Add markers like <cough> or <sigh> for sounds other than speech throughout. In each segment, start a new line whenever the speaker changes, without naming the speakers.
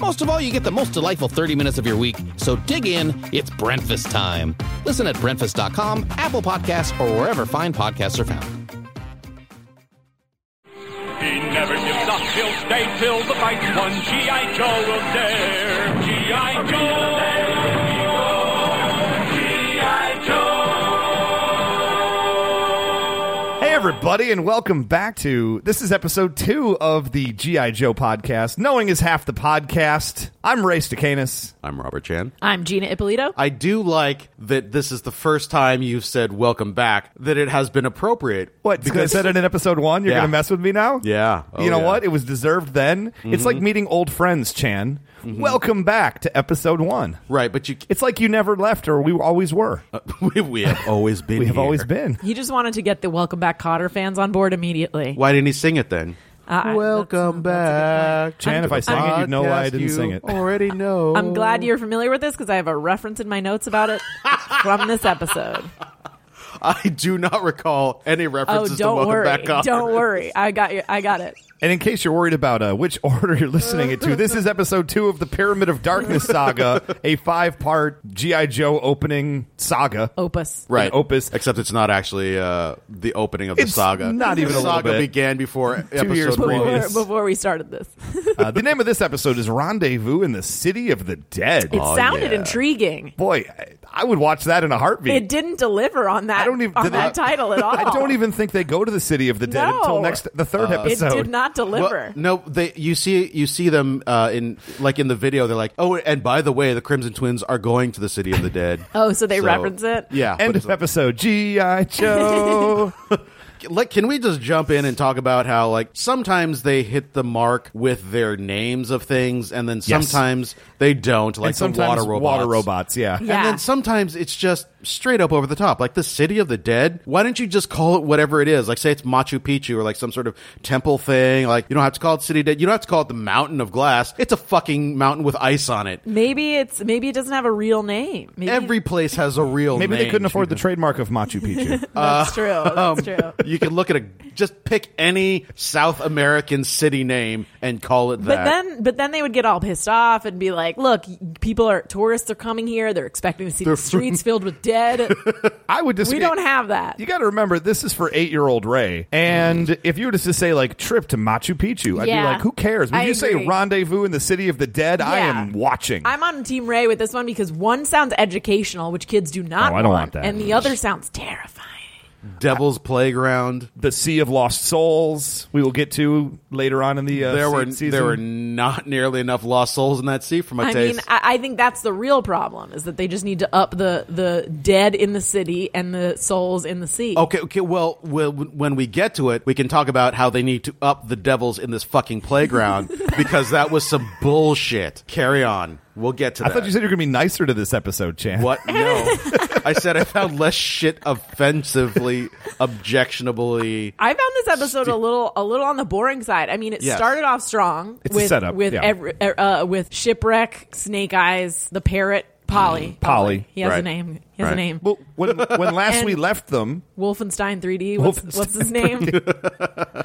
Most of all, you get the most delightful 30 minutes of your week. So dig in, it's breakfast time. Listen at breakfast.com, Apple Podcasts, or wherever fine podcasts are found.
He never gives up. He'll stay till the fight's won. G.I. Joe will dare. G.I. Joe. G.I. Joe.
Hey, everybody, and welcome back to this is episode two of the G.I. Joe podcast. Knowing is half the podcast. I'm Ray Stacanus.
I'm Robert Chan.
I'm Gina Ippolito.
I do like that this is the first time you've said welcome back, that it has been appropriate.
What? Because I said it in episode one, you're
Yeah.
going to mess with me now?
Yeah. Oh,
you know
yeah. Mm-hmm.
what? It was deserved then. It's like meeting old friends, Chan. Welcome back to episode one.
Right, but you <laughs>
It's like you never left or we always were.
we, we have always been
we have
here.
always been.
He just wanted to get the Welcome Back Cotter fans on board immediately.
Why didn't he sing it then? <laughs>
I-
welcome back.
Chan, if I sang it, you'd know why I didn't sing it.
Already know.
I'm glad you're familiar with this because I have a reference in my notes about it from this episode.
I do not recall any
Oh,
references to
don't
welcome
worry.
back. Cotter.
Don't worry. I got you. I got it.
And in case you're worried about uh, which <laughs> order you're listening it to, this is episode two of the Pyramid of Darkness saga, a five part G.I. Joe opening saga.
Opus.
Right,
Opus.
Except it's not actually uh, the opening of the
It's
saga.
not even a
the
little
saga
bit.
began before episode
years
one.
Before,
previous.
before we started this,
Uh, the name of this episode is Rendezvous in the City of the Dead.
it
Oh,
sounded
yeah.
intriguing.
Boy, I- I would watch that in a heartbeat.
It didn't deliver on that.
I don't even
on
did they-
that title at all.
<laughs> I don't even think they go to the City of the Dead
No.
until next the third
Uh,
It
episode.
did not deliver.
Well, no, they you see you see them uh, in like in the video. They're like, oh, and by the way, the Crimson Twins are going to the City of the Dead.
<laughs> Oh, so they reference it?
Yeah.
End
but it's
of episode
<laughs>
G.I. Joe.
like, like, can we just jump in and talk about how like sometimes they hit the mark with their names of things, and then
Yes.
sometimes they don't. Like
and
the
sometimes
water robots.
Water robots, yeah.
Yeah.
And then sometimes it's just straight up over the top, like the City of the Dead. Why don't you just call it whatever it is? Like, say it's Machu Picchu or like some sort of temple thing. Like, you don't have to call it City of the Dead. You don't have to call it the Mountain of Glass. It's a fucking mountain with ice on it.
Maybe it's maybe it doesn't have a real name. Maybe
Every place has a real
Maybe they
name.
couldn't afford the trademark of Machu
<laughs>
Picchu.
that's true. That's true.
You can look at a just pick any South American city name and call it that.
But then, but then they would get all pissed off and be like, "Look, people are tourists are coming here. They're expecting to see the streets filled
<laughs>
with dead.
I would just
we don't have that."
You got to remember, this is for eight-year-old Ray. And if you were to just say like trip to Machu Picchu, I'd
Mm. Yeah.
be like, who cares? When
I
you say
agree.
rendezvous in the city of the dead, I
Yeah.
am watching.
I'm on Team Ray with this one because one sounds educational, which kids do not.
No, Oh, I don't want that.
and the other sounds terrifying.
Devil's Playground.
the Sea of Lost Souls. We will get to later on in the uh,
There
se-
were
season.
there were not nearly enough lost souls in that sea for my
I
taste.
mean, I, I think that's the real problem is that they just need to up the the dead in the city and the souls in the sea.
Oh,
Okay, okay. Well, well, when we get to it, we can talk about how they need to up the devils in this fucking
<laughs>
playground because that was some bullshit. Carry on. We'll get to
I
that.
thought you said you were going to be nicer to this episode, Chan.
<laughs>
what? No, I said I found less shit offensively, objectionably.
I found this episode a little a little on the boring side. I mean, it
Yes.
started off strong
It's a
with
setup,
with
yeah.
every, er, uh, with shipwreck, snake eyes, the parrot, Polly.
<laughs> Polly,
He has a
Mm. right.
name. He has a
Right.
name.
Well, when, when last
<laughs> And-
we left them,
Wolfenstein 3D. What's,
Wolfenstein
what's his name?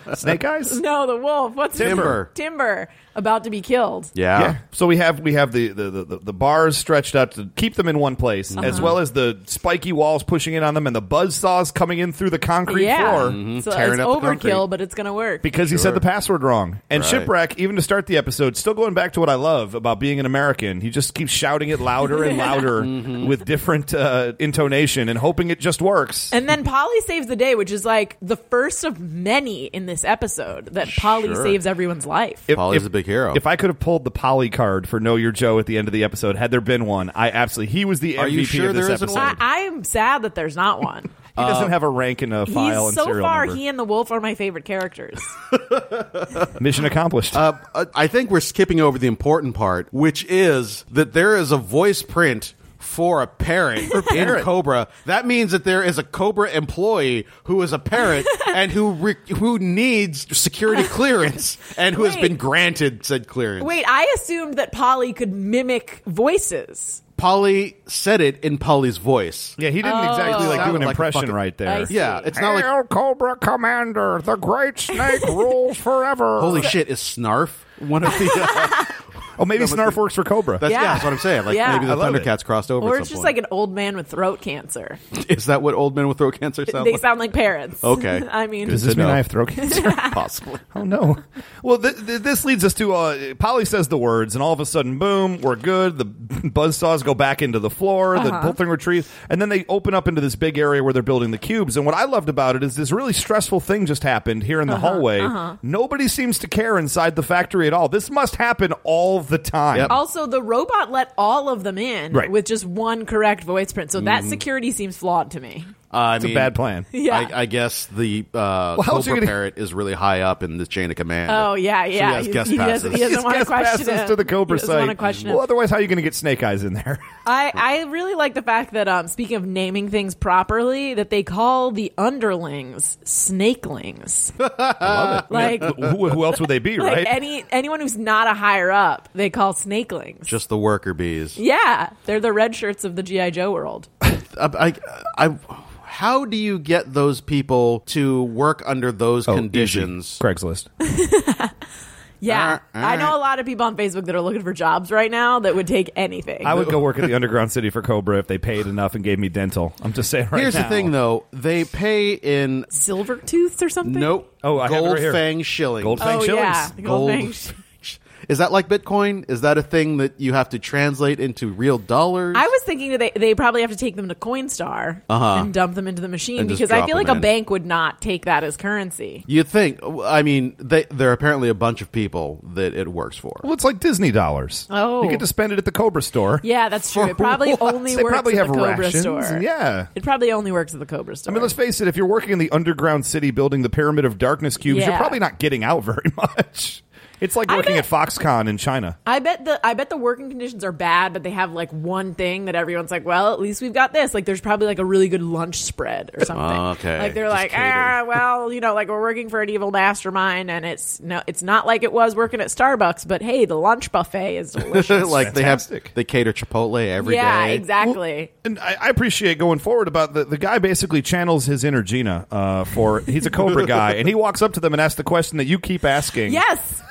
<laughs>
<laughs>
Snake Eyes.
no, the wolf. What's his-
Timber.
Timber about to be killed.
Yeah.
Yeah. So we have we have the the, the, the- the bars stretched out to keep them in one place, as
Uh-huh.
well as the spiky walls pushing in on them and the buzz saws coming in through the concrete
yeah.
floor.
So
Mm-hmm. Tearing
it's
up the
overkill,
concrete.
but it's gonna work.
Because he said
Sure.
the password wrong. And
Right.
Shipwreck, even to start the episode, still going back to what I love about being an American, he just keeps shouting it louder and
<laughs>
louder
Mm-hmm.
with different uh, intonation and hoping it just works.
And then Polly saves the day, which is like the first of many in this episode that Polly
Sure.
saves everyone's life.
If-
Polly's
if-
a big hero.
If I could have pulled the Polly card for Know Your Joe at the end of the episode, had there been one, I absolutely he was the MVP
Are you sure
of this
there isn't
episode.
one? Uh,
I, I am sad that there's not one.
He doesn't have a rank in a file
He's
and
so
serial
far,
number.
he and the wolf are my favorite characters. <laughs>
Mission accomplished.
Uh, uh, I think we're skipping over the important part, which is that there is a voice print for a parrot in Cobra. That means that there is a Cobra employee who is a
<laughs>
parrot and who re- who needs security clearance and who has been
Wait.
granted said clearance.
Wait, I assumed that Polly could mimic voices.
Polly said it in Polly's voice.
yeah, he didn't exactly like do
Sounded
an
like a
impression
fucking-
right there.
Oh. I see.
Yeah, it's not like
Cobra Commander, the Great Snake
<laughs>
rules forever.
holy shit is Snarf one of
<laughs>
the. Uh,
Oh, maybe Snarf works for Cobra.
that's, yeah.
Yeah.
that's what I'm saying. Like
Yeah.
maybe the
I love it.
Thundercats crossed over.
Or
at
it's
some
just like
point.
an old man with throat
<laughs>
cancer.
is that what old men with throat cancer sound
they
like?
sound like parrots.
Okay.
<laughs> I mean,
Does this
to
mean
know.
I have throat
<laughs>
cancer? Possibly. Oh no. Well, th- th- this leads us to uh, Polly says the words, and all of a sudden, boom, we're good. The <laughs> buzzsaws go back into the floor.
Uh-huh.
The whole thing retreats, and then they open up into this big area where they're building the cubes. And what I loved about it is this really stressful thing just happened here in the
Uh-huh,
hallway. Nobody seems to care inside the factory at all. This must happen all the time.
Yep.
also, the robot let all of them in
Right.
with just one correct voice print. So
Mm-hmm.
that security seems flawed to me.
I
It's a
mean-
bad
<laughs>
plan.
Yeah.
I, I guess the uh,
Well, how else are
Cobra
you gonna-
parrot is really high up in the chain of command.
Oh yeah, yeah.
has
He-
guest
he,
passes.
doesn't, he doesn't
It's
want to
guest
question
passes
it.
to the Cobra
he doesn't want to
site.
question
Well,
it.
otherwise, how are you going to get Snake Eyes in there?
I, I really like the fact that um, speaking of naming things properly, that they call the underlings snakelings. Like,
who, who else would they be?
<laughs> like
right?
any anyone who's not a higher up, they call snakelings.
Just the worker bees.
yeah, they're the red shirts of the GI Joe world.
I, I, I- how do you get those people to work under those conditions?
Oh, Craigslist.
Yeah,
All right, all
I know
right.
a lot of people on Facebook that are looking for jobs right now that would take
<laughs>
anything.
I would go work at the underground city for Cobra if they paid enough and gave me dental. I'm just saying right
Here's
now.
the thing, though. They pay in
Silver tooths or something.
nope.
Oh, I have it
gold
right here.
fang shilling.
Gold fang
Oh
shillings.
yeah, the
Gold-
gold fang sh-
<laughs> Is that like Bitcoin? Is that a thing that you have to translate into real dollars?
I was thinking that they, they probably have to take them to Coinstar
Uh-huh.
and dump them into the machine
And just
because I
drop
feel like
them
a
in.
bank would not take that as currency.
You'd think. I mean, they, there are apparently a bunch of people that it works for.
Well, it's like Disney dollars.
Oh.
you get to spend it at the Cobra store.
<laughs> Yeah, that's true. It probably
What?
only
they
works
probably
at
have
the Cobra
rations.
store.
Yeah.
It probably only works at the Cobra
I
store.
mean, let's face it. If you're working in the underground city building the Pyramid of Darkness cubes, you're
Yeah.
probably not getting out <laughs> very much. It's like
I
working
bet-
at Foxconn in China.
I bet the I bet the working conditions are bad, but they have like one thing that everyone's like, well, at least we've got this. Like, there's probably like a really good lunch spread or something.
Oh,
okay.
Like they're
Just
like,
catered.
ah, well, you know, like we're working for an evil mastermind, and it's no, it's not like it was working at Starbucks, but hey, the lunch buffet
<laughs>
is delicious.
<laughs> like they have,
fantastic.
they cater Chipotle every day.
yeah, exactly.
And I, I appreciate going forward about the, the guy basically channels his inner Gina uh, for he's a Cobra guy and he walks up to them and asks the question that you keep
<laughs>
asking.
yes,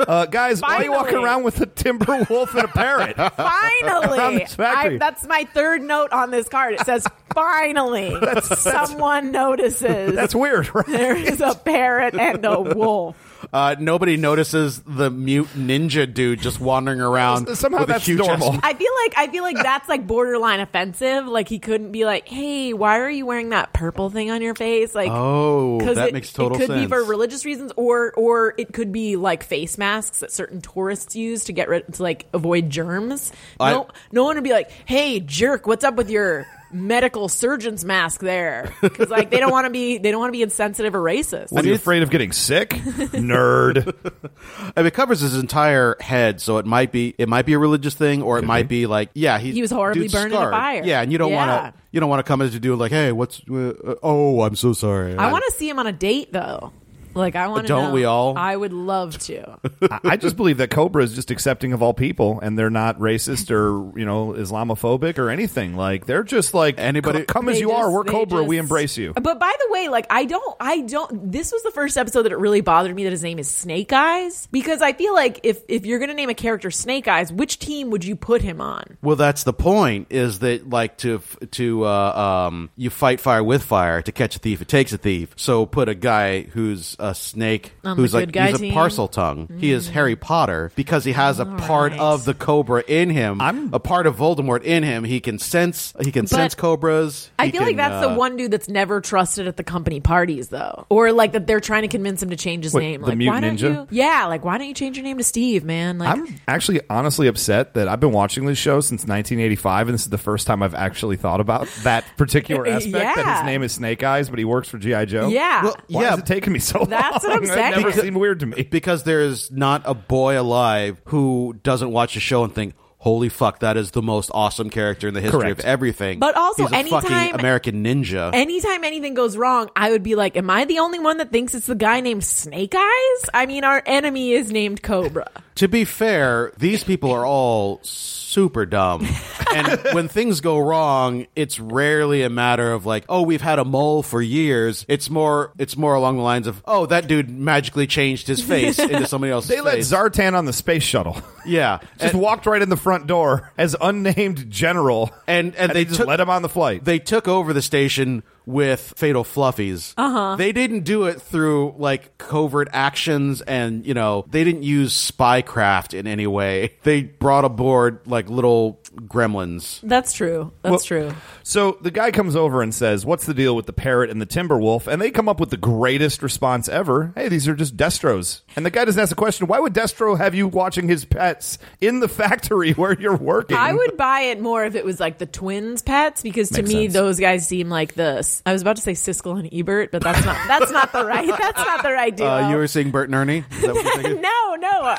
Uh, guys, why are you walking
Finally.
around with a timber wolf and a <laughs> parrot? Around
finally.
this factory.
I, that's my third note on this card. It says, finally, someone notices.
That's weird, <laughs> right?
there is a parrot and a wolf.
Uh, nobody notices the mute ninja dude just wandering around.
Somehow
with a
that's
huge
normal.
ass-
I feel like I feel like that's like borderline offensive. Like he couldn't be like, "Hey, why are you wearing that purple thing on your face?" Like,
Oh,
'cause
that
it,
makes total
It could be
sense.
for religious reasons, or or it could be like face masks that certain tourists use to get rid to like avoid germs.
I-
no, no one would be like, "Hey, jerk, what's up with your?" medical surgeon's
<laughs>
mask there because like they don't want to be they don't want to be insensitive or racist
What, are you afraid of getting sick? Nerd.
<laughs> I mean, it covers his entire head, so it might be it might be a religious thing, or it might be like, yeah, he,
He was horribly
dude's
burned in a
scarred.
fire.
Yeah, and you don't
Yeah.
want to you don't want to come as a dude like, hey, what's uh, uh, oh, I'm so sorry.
i want to see him on a date though like i want to
Don't we all?
i would love to
<laughs> I I just believe that Cobra is just accepting of all people, and they're not racist or you know Islamophobic or anything. Like they're just like
Anybody-
"C- Come as
They
you
just-
are. We're
they
Cobra. we
just-
embrace you.
But by the way, like I don't, I don't. This was the first episode that it really bothered me that his name is Snake Eyes because I feel like if if you're gonna name a character Snake Eyes, which team would you put him on?
Well, that's the point. Is that like to to uh, um, you fight fire with fire to catch a thief? It takes a thief. So put a guy who's uh, a snake
On the
who's like
good guy
he's
team? Mm.
a parcel tongue. He is Harry Potter because he has a part
right.
of the Cobra in him. I'm a part of Voldemort in him. He can sense. He can sense cobras.
I
He
feel like
can,
that's the
uh,
one dude that's never trusted at the company parties, though, or like that they're trying to convince him to change his
Wait,
name.
the
Like, why
Mutant
don't
Ninja?
you? Yeah, like why don't you change your name to Steve, man? Like,
I'm actually honestly upset that I've been watching this show since 1985, and this is the first time I've actually thought about that particular aspect. That
<laughs> Yeah.
his name is Snake Eyes, but he works for GI Joe.
yeah,
Well,
Why
Yeah.
is it taking me so
That's
long?
what I'm saying.
It never
Because-
seemed weird to me.
because there is not a boy alive who doesn't watch the show and think. Holy fuck! That is the most awesome character in the history
Correct.
of everything.
But also,
He's a fucking
anytime-
American ninja.
anytime anything goes wrong, I would be like, am I the only one that thinks it's the guy named Snake Eyes? I mean, our enemy is named Cobra.
To be fair, these people are all super dumb. And when things go wrong, it's rarely a matter of like, oh, we've had a mole for years. It's more it's more along the lines of, oh, that dude magically changed his face into somebody else's
They let
face.
Zartan on the space shuttle. <laughs>
yeah.
Just
and,
walked right in the front door as unnamed general,
And- and they
just
took-
let him on the flight.
they took over the station with Fatal Fluffies. Uh-huh. They didn't do it through like covert actions and, you know, they didn't use spycraft in any way. They brought aboard like little gremlins.
That's true. That's
Well,
true.
So the guy comes over and says, "What's the deal with the parrot and the timber wolf?" And they come up with the greatest response ever. Hey, these are just Destros. And the guy doesn't ask the question, "Why would Destro have you watching his pets in the <laughs> factory where you're working?"
I would buy it more if it was like the twins' pets because to
Makes
me
sense.
those guys seem like the. I was about to say Siskel and Ebert, but that's not that's not the right that's not the right duo.
Uh, you
<laughs>
were seeing Bert and Ernie? Is that what you're
<laughs>
thinking?
no, no,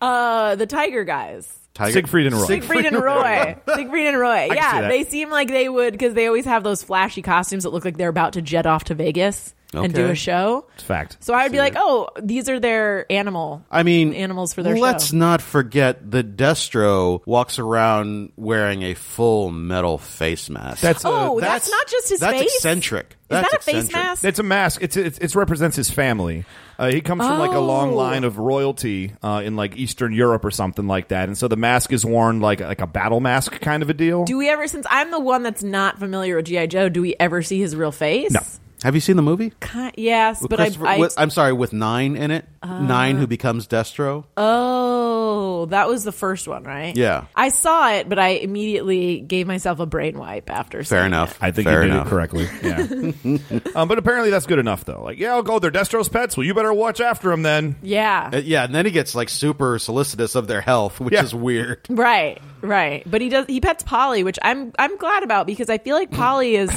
uh, the Tiger guys.
Tiger?
Siegfried and Roy.
Siegfried and Roy. Siegfried and Roy.
see
Yeah,
that.
they seem like they would because they always have those flashy costumes that look like they're about to jet off to Vegas and do
Okay.
a show.
Fact.
So I would be like, oh, these are their animal.
I mean,
animals for their
Let's
show.
not forget that Destro walks around wearing a full metal face mask.
That's a,
Oh, that's,
that's-
not just his
that's
face.
eccentric.
Is
That's
that a face
eccentric.
mask?
It's a mask. It's it's it represents his family. Uh, he comes from like a long
Oh.
line of royalty uh, in like Eastern Europe or something like that, and so the mask is worn like like a battle mask kind of a deal.
do we ever, since I'm the one that's not familiar with G.I. Joe, do we ever see his real face?
No.
Have you seen the movie?
Ki- yes,
With
but I,
Christopher-
I. Uh-huh.
with- I'm sorry, with Nine in it, Nine who becomes Destro.
Oh, that was the first one, right?
Yeah.
I saw it, but I immediately gave myself a brain wipe after
Fair
seeing
enough.
it.
I think
Fair
you did
enough.
it correctly. Yeah.
<laughs>
um, but apparently that's good enough though. Like, yeah, I'll go. They're Destro's pets. Well, you better watch after them then.
Yeah.
Uh, yeah, and then he gets like super solicitous of their health, which
Yeah.
is weird.
Right, right. But he does he pets Polly, which I'm I'm glad about because I feel like Polly is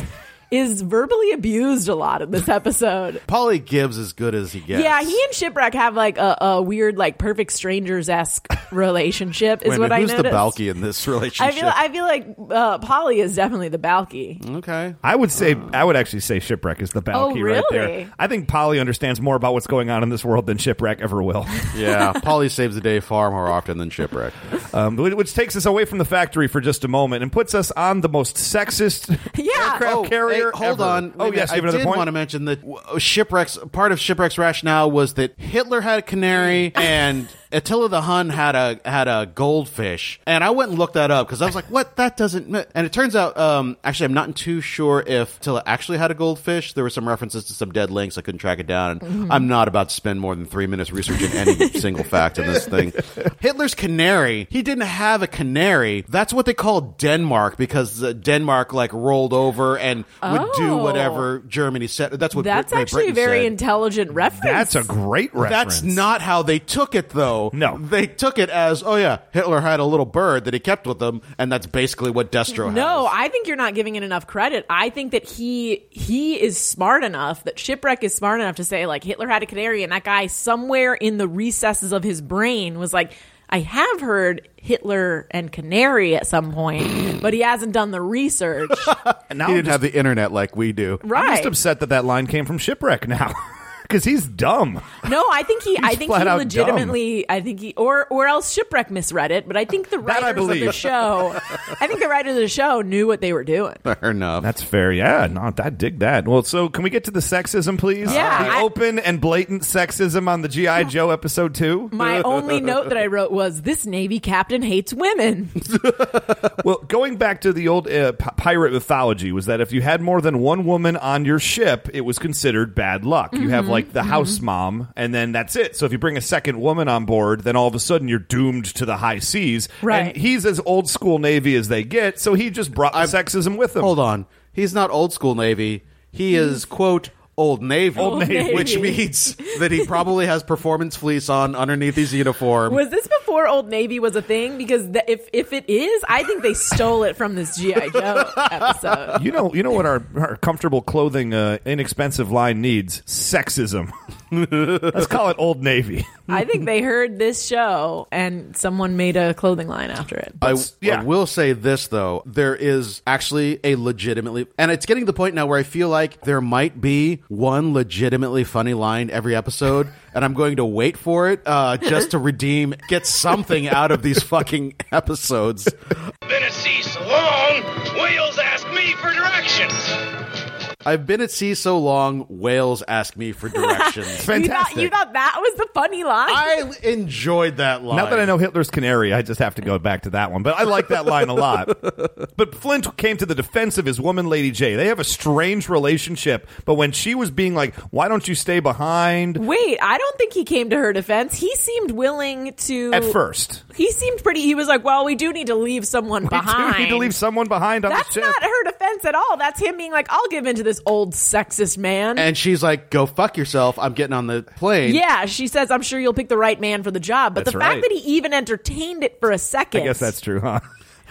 is verbally abused a lot in this episode.
Polly gives as good as he gets.
Yeah, he and Shipwreck have like a, a weird like perfect strangers esque <laughs> relationship is
Wait a
what
minute,
I
who's
noticed.
the Balky in this
<laughs> I
relationship? Mm,
feel I feel like uh, Polly is definitely the Balky.
okay.
I would say I would actually say shipwreck is the Balky right
Oh, really?
there. I think Polly understands more about what's going on in this world than shipwreck ever will. <laughs>
Yeah, Polly saves the day far more often than Shipwreck.
um, whi- which takes us away from the factory for just a moment and puts us on the most sexist
<laughs> Yeah.
aircraft
Oh,
carrier.
hey, hold
ever.
on. Wait
Oh
a minute.
yes, you have
I
another
did
point.
want to mention that w- shipwrecks. Part of shipwrecks' rationale was that Hitler had a canary and Attila the Hun had a had a goldfish. And I went and looked that up because I was like, "What? That doesn't." ma-" And it turns out, um, actually, I'm not too sure if Attila actually had a goldfish. There were some references to some dead links. I couldn't track it down. And I'm not about to spend more than three minutes researching any single fact in this thing. Hitler's canary. He didn't have a canary. That's what they call Denmark because uh, Denmark like rolled over and would do
Oh.
whatever Germany said. That's what
That's
Brit- Great
actually a
Britain
very
said.
intelligent reference.
That's a great reference.
That's not how they took it, though.
No.
they took it as, oh yeah, Hitler had a little bird that he kept with him, and that's basically what Destro
No,
has.
I think you're not giving it enough credit. I think that he he is smart enough that shipwreck is smart enough to say like Hitler had a canary, and that guy somewhere in the recesses of his brain was like, I have heard Hitler and canary at some point, but he hasn't done the research.
And now
he
I'm
didn't
just-
have the internet like we do.
I'm
right?
just upset that that line came from shipwreck now <laughs> because he's dumb.
No, I
<laughs>
think he. I think
flat
he
out
legitimately. I think he, or or else shipwreck misread it. But I think
<laughs>
the
That I
writers of the
believe.
show, I think the writers of the show knew what they were doing.
Fair enough.
That's fair. Yeah, no, I dig that. Well, so can we get to the sexism, please?
Yeah,
the
I-
open and blatant sexism on the GI Joe episode two. <laughs>
My only note that I wrote was this Navy captain hates women. <laughs>
well, going back to the old uh, p- pirate mythology was that if you had more than one woman on your ship, it was considered bad luck. You have like like the house mom, and then that's it. So if you bring a second woman on board, then all of a sudden you're doomed to the high seas.
Right.
And he's as old school Navy as they get, so he just brought the sexism with him.
Hold on. He's not old school Navy. He is, quote, old Navy.
Old Navy.
Which means that he probably has performance fleece on underneath his uniform.
Was this before Old Navy was a thing? Because th- if if it is, I think they stole it from this GI Joe episode.
You know, you know what our, our comfortable clothing, uh, inexpensive line needs: sexism. <laughs> Let's call it Old Navy.
I think they heard this show and someone made a clothing line after it.
I,
yeah.
I will say this though, there is actually a legitimately, and it's getting to the point now where I feel like there might be one legitimately funny line every episode,
<laughs>
and I'm going to wait for it uh, just to redeem, get something out of these fucking episodes.
Been at sea so long, whales ask me for directions.
I've been at sea so long, whales ask me
<laughs>
for directions.
You thought,
Fantastic.
you thought that was the funny line?
I enjoyed that line.
now that I know Hitler's canary, I just have to go back to that one. But I like that line a lot. But Flint came to the defense of his woman, Lady J. They have a strange relationship. But when she was being like, "Why don't you stay behind?"
Wait, I don't think he came to her defense. He seemed willing to.
At first,
He seemed pretty. He was like, well, we do need to leave someone behind.
you need to leave someone behind on
That's
the ship.
not her defense at all. That's him being like, I'll give in to this old sexist man.
And she's like, "Go fuck yourself. I'm getting on the plane."
yeah, she says, I'm sure you'll pick the right man for the job. But
That's
the fact
right.
that he even entertained it for a second.
I guess that's true, huh?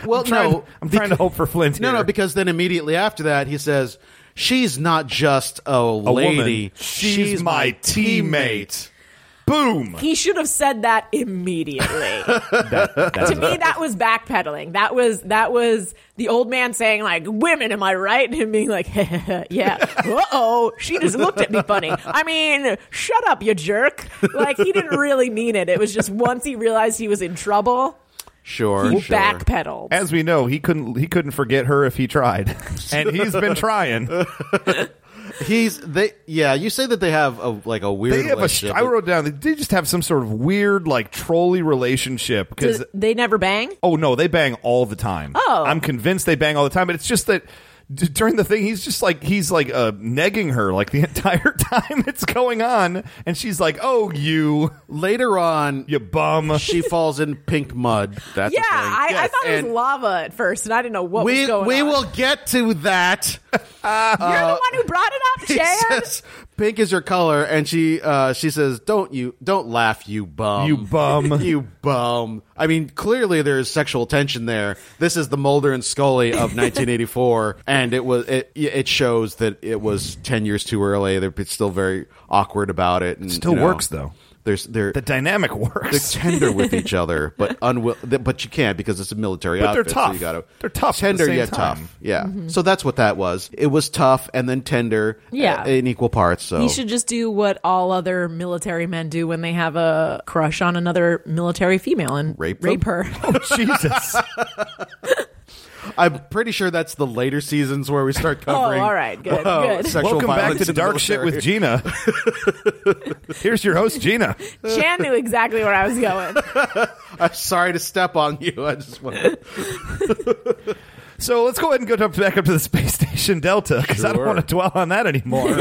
Well,
Trying-
no,
I'm trying to
because-
hope for Flint.
No,
here.
no, because then immediately after that, he says, "She's not just a,
A woman.
lady.
She's, my teammate. Boom.
He should have said that
<laughs>
immediately. to me, that was backpedaling. That was that was the old man saying like, "Women, am I right?" And him being like, <laughs> "Yeah, uh oh, she just looked at me funny." I mean, shut up, you jerk! Like he didn't really mean it. It was just once he realized he was in trouble,
Sure,
he
sure.
backpedaled.
As we know, he couldn't he couldn't forget her if he tried, and he's been trying.
He's they. Yeah, you say that they have a like a weird
They have a.
relationship.
I wrote down. that They just have some sort of weird, like trolley relationship. Because
Does- they never bang.
oh no, they bang all the time.
Oh.
I'm convinced they bang all the time. But it's just that d- during the thing, he's just like he's like uh, negging her like the <laughs> entire time it's going on, and she's like, "Oh, you, <laughs>
Later on,
you bum."
she falls in pink mud. That's a
Yeah,
thing.
I, I
Yes,
thought it
and
was lava at first, and I didn't know what
We
was going
we
on.
will get to
<laughs>
that.
You're the one who brought it
<laughs>
up,
He
Chad.
says, "Pink is your color," and she uh, she says, "Don't you don't laugh, you bum,
You bum.
<laughs> you bum." I mean, clearly there is sexual tension there. This is the Mulder and Scully of 1984, and it was it it shows that it was 10 years too early. They're still very awkward about it. And,
Still
you know,
works, though.
There's they're.
the dynamic
they're
works.
tender
<laughs>
with each other, but unwill. But you can't because it's a military
But they're
outfit. So
tough.
you gotta,
They're tough at the
Tender
same
yet
time. Mm-hmm.
tough. Yeah. So that's what that was. It was tough and then tender.
Yeah.
uh, in equal parts. So
You should just do what all other military men do when they have a crush on another military female and
Rape
rape,
them?
her.
<laughs>
<laughs>
Jesus.
I'm pretty sure that's the later seasons where
<laughs>
we start
Oh,
covering.
Oh, all right. Good, good.
Sexual
Welcome back
violence
to
in
Dark Shit with Gina.
<laughs>
Here's your host, Gina.
Chan knew exactly where I was going.
I'm sorry to step on you. I just want. to...
So let's go ahead and go up, back up to the space <laughs> station Delta because I don't
Sure.
want to dwell on that
<laughs>
anymore.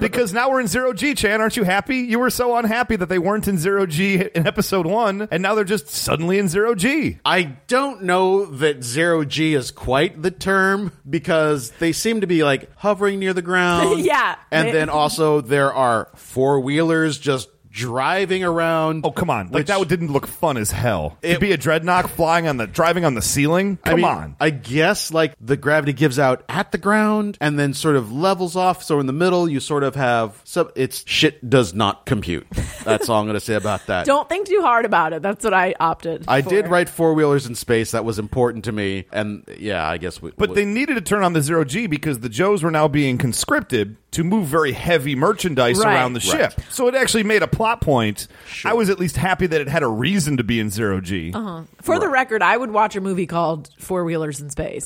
because now we're in zero G, Chan. Aren't you happy? You were so unhappy that they weren't in zero G in episode one, and now they're just suddenly in zero G.
I don't know that zero G is quite the term because they seem to be like hovering near
<laughs>
the ground.
Yeah.
and then also there are four wheelers just driving around.
Oh come on! Like
Which-
that didn't look fun as hell.
It-
to be a dreadnought flying on the driving on the ceiling. Come
I mean,
on!
I guess like the gravity gives out at the ground and then sort of levels off. So in the middle, you sort of have some. It's shit does not compute. That's all I'm going to say about
<laughs>
that.
Don't think too hard about it. That's what I opted.
I
for.
did write four wheelers in space. That was important to me. And yeah, I guess. We,
But
we-
they needed to turn on the zero G because the Joes were now being conscripted to move very heavy merchandise
Right.
around the
Right.
ship. So it actually made a plot point. I was at least happy that it had a reason to be in zero G.
For the record, I would watch a movie called Four Wheelers in Space.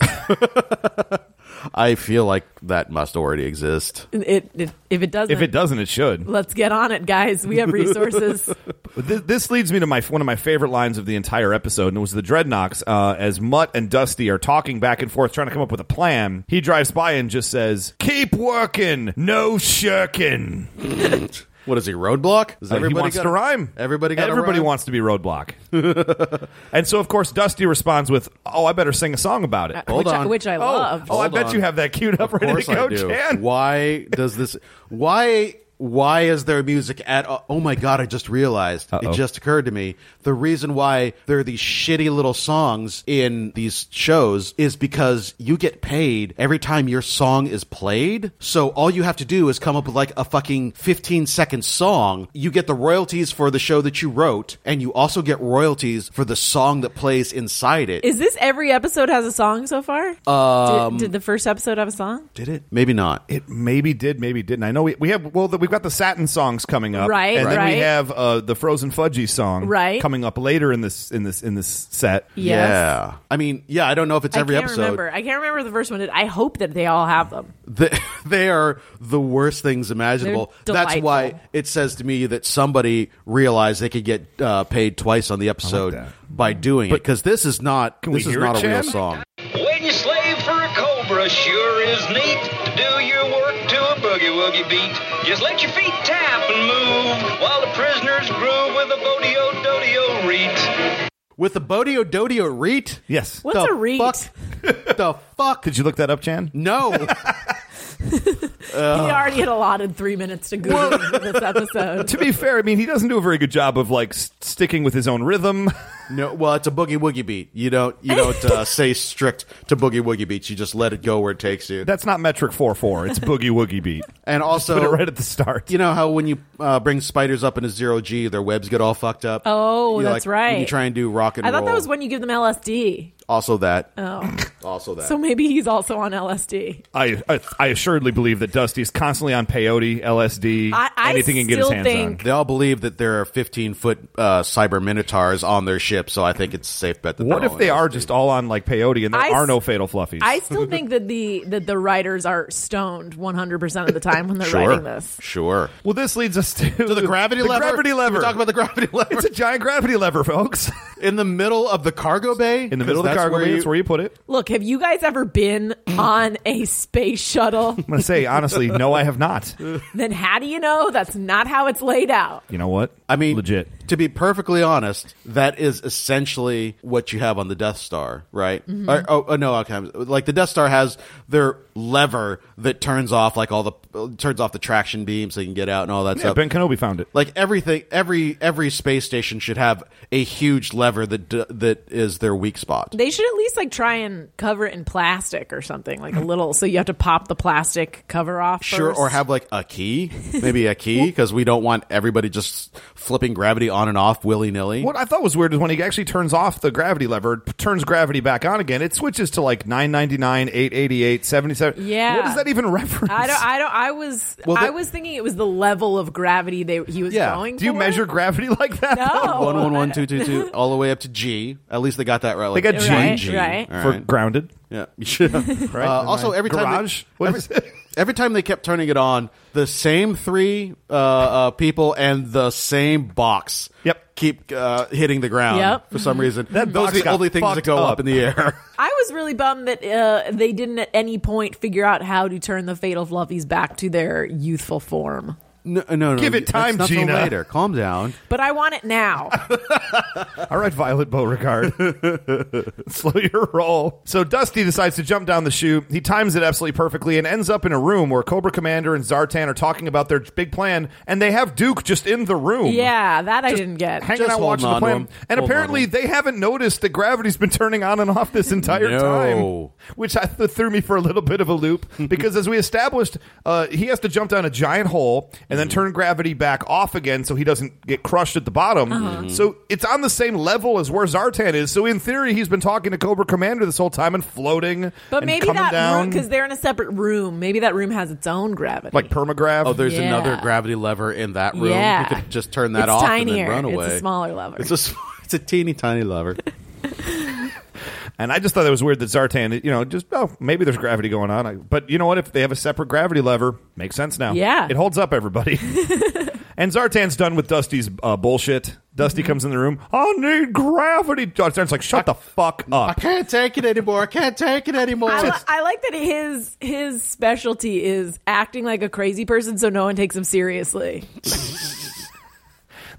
I feel like that must already exist.
it, it, if it doesn't,
If it doesn't, it should.
let's get on it, guys. We have resources.
But thi- this leads me to my one of my favorite lines of the entire episode, and it was the Dreadnoks. Uh, as Mutt and Dusty are talking back and forth, trying to come up with a plan, he drives by and just says, "Keep working, no shirking."
What is he? Roadblock? Is
Everybody he wants
got
to
a-
rhyme.
Everybody got a
Everybody
rhyme?
wants to be Roadblock.
<laughs>
and so, of course, Dusty responds with, "Oh, I better sing a song about it."
Hold
which, I,
on.
which I
oh,
love.
oh, I
Hold
bet
on.
you have that queued up, ready to go, Chan.
Why does this? Why? Why is there music at? all- Oh my god! I just realized. It just occurred to me. The reason why there are these shitty little songs in these shows is because you get paid every time your song is played. So all you have to do is come up with like a fucking fifteen second song. You get the royalties for the show that you wrote, and you also get royalties for the song that plays inside it.
Is this every episode has a song so far? did, did the first episode have a song?
Did it? Maybe not.
It maybe did, maybe didn't. I know we, we have well, the, we've got the satin songs coming up,
Right,
And then
right.
we have uh, the frozen fudgy song,
Right.
coming up later in this in this in this set.
Yes.
Yeah. I mean, yeah, I don't know if it's
I
every
can't
episode.
remember. I can't remember the first one. did. I hope that they all have them.
Th- <laughs> they are the worst things imaginable.
They're
That's
delightful.
why it says to me that somebody realized they could get uh, paid twice on the episode
that.
by doing it because this is not
we
this is
hear it,
not a real
Chad?
song.
Waiting slave for a cobra sure is neat. Do your work to a boogie woogie beat. Just let your feet tap and move while the prisoners groove with a bodio dodio reet.
With the Bodio Dodio Reet?
Yes.
What's
The
a reet?
Fuck, the fuck?
Did you look that up,
<laughs>
Chan?
No.
He already had a lot in three minutes to go <laughs> this episode.
to be fair, I mean he doesn't do a very good job of like s- sticking with his own rhythm. <laughs>
No, well, it's a boogie woogie beat. You don't you don't uh, say strict to boogie woogie beats. You just let it go where it takes you.
That's not metric four four. It's boogie woogie
<laughs>
beat. <laughs>
and also
Put it right at the start.
You know how when you uh, bring spiders up into zero G, their webs get all fucked up.
Oh,
You know,
that's
like, when
right.
You try and do rock and
I thought that
roll.
was when you give them LSD.
also that. Oh, <laughs> also that.
So maybe he's also on LSD.
I, I I assuredly believe that Dusty's constantly on peyote, LSD,
I- I
anything he can get his
still
hands
think-
on.
they all believe that there are fifteen foot uh, cyber minotaurs on their ship, so I think it's a safe bet that.
What
they're
if
all
they
in
are
this.
just all on like peyote and there
I
are
s-
no fatal fluffies?
I still think that the that the writers are stoned 100% of the time when they're
sure?
writing this.
Sure.
well, this leads us to,
So the gravity lever.
gravity <laughs> lever.
Talk about the gravity lever.
It's a giant gravity lever, folks.
in the middle of the cargo bay.
In the middle of the cargo bay, that's where you put it.
Look, have you guys ever been on a space shuttle?
<laughs> I'm going to say, honestly, no, I have not. You
then how do you know that's not how it's laid out?
know what?
I mean,
legit.
To be perfectly honest, that is essentially what you have on the Death Star, right? Or- oh, oh, no, okay. Like the Death Star has their lever that turns off, like all the turns off the traction beam, so you can get out and all that
Yeah,
stuff.
ben Kenobi found it.
like everything, every every space station should have a huge lever that d- that is their weak spot.
They should at least like try and cover it in plastic or something, like a little so you have to pop the plastic cover off.
Sure,
first.
or have like a key, maybe a key, because we don't want everybody just flipping gravity on and off willy nilly.
What I thought was weird is when he actually turns off the gravity lever, p- turns gravity back on again, it switches to like 999, 888, 77.
Yeah.
What does that even reference?
I don't. I don't. I was.
Well,
I
that-
was thinking it was the level of gravity they he was
Yeah.
going.
Do you
for.
measure gravity like that?
No.
one one one two two two all the way up to G. At least they got that right. Like,
got G.
one
Right,
right.
All
For
right.
grounded. <laughs>
yeah. Uh,
<laughs>
also, every time
Garage? <laughs>
They,
What
every,
is it?
<laughs> every time they kept turning it on, the same three uh, uh, people and the same box.
Yep.
Keep uh, hitting the ground
Yep.
for some reason.
<laughs> That
Those
box
are the
got
only things that
fucked
go up.
up.
in
<laughs>
the air.
I was really bummed that uh, they didn't at any point figure out how to turn the Fatal Fluffies back to their youthful form.
No, no, no.
Give it
that's
time,
not till
Gina.
Later, calm down.
But I want
<laughs>
it now.
<laughs> All right, Violet Beauregard. Slow your roll. So Dusty decides to jump down the chute. He times it absolutely perfectly and ends up in a room where Cobra Commander and Zartan are talking about their big plan, and they have Duke just in the room.
yeah, that I didn't get.
Hanging
Just
out
holding
watching the
on to
plan.
him.
And
Holding on
apparently,
to him.
they haven't noticed that gravity's been turning on and off this entire
No.
time, which I, th- threw me for a little bit of a
<laughs>
loop because, as we established, uh, he has to jump down a giant hole and
Mm-hmm.
then turn gravity back off again so he doesn't get crushed at the bottom.
Uh-huh.
Mm-hmm.
So it's on the same level as where Zartan is. So, in theory, he's been talking to Cobra Commander this whole time and floating.
but
and
maybe
coming
that
down
room because they're in a separate room. Maybe that room has its own gravity.
like permagrav.
Oh, there's
Yeah.
another gravity lever in that room.
Yeah.
You could just turn that
It's
off
tinier.
and then run
It's a
away.
smaller lever.
It's a s- <laughs> it's a teeny tiny lever.
And I just thought it was weird that Zartan, you know, just oh, maybe there's gravity going on. I- But you know what? If they have a separate gravity lever, makes sense now.
Yeah.
it holds up
<laughs>
everybody. and Zartan's done with Dusty's uh, bullshit. Dusty
Mm-hmm.
comes in the room. I need gravity. Zartan's like, shut the fuck
I
up.
can't take it anymore. I can't take it anymore.
I, li- I like that his his specialty is acting like a crazy person, so no one takes him seriously.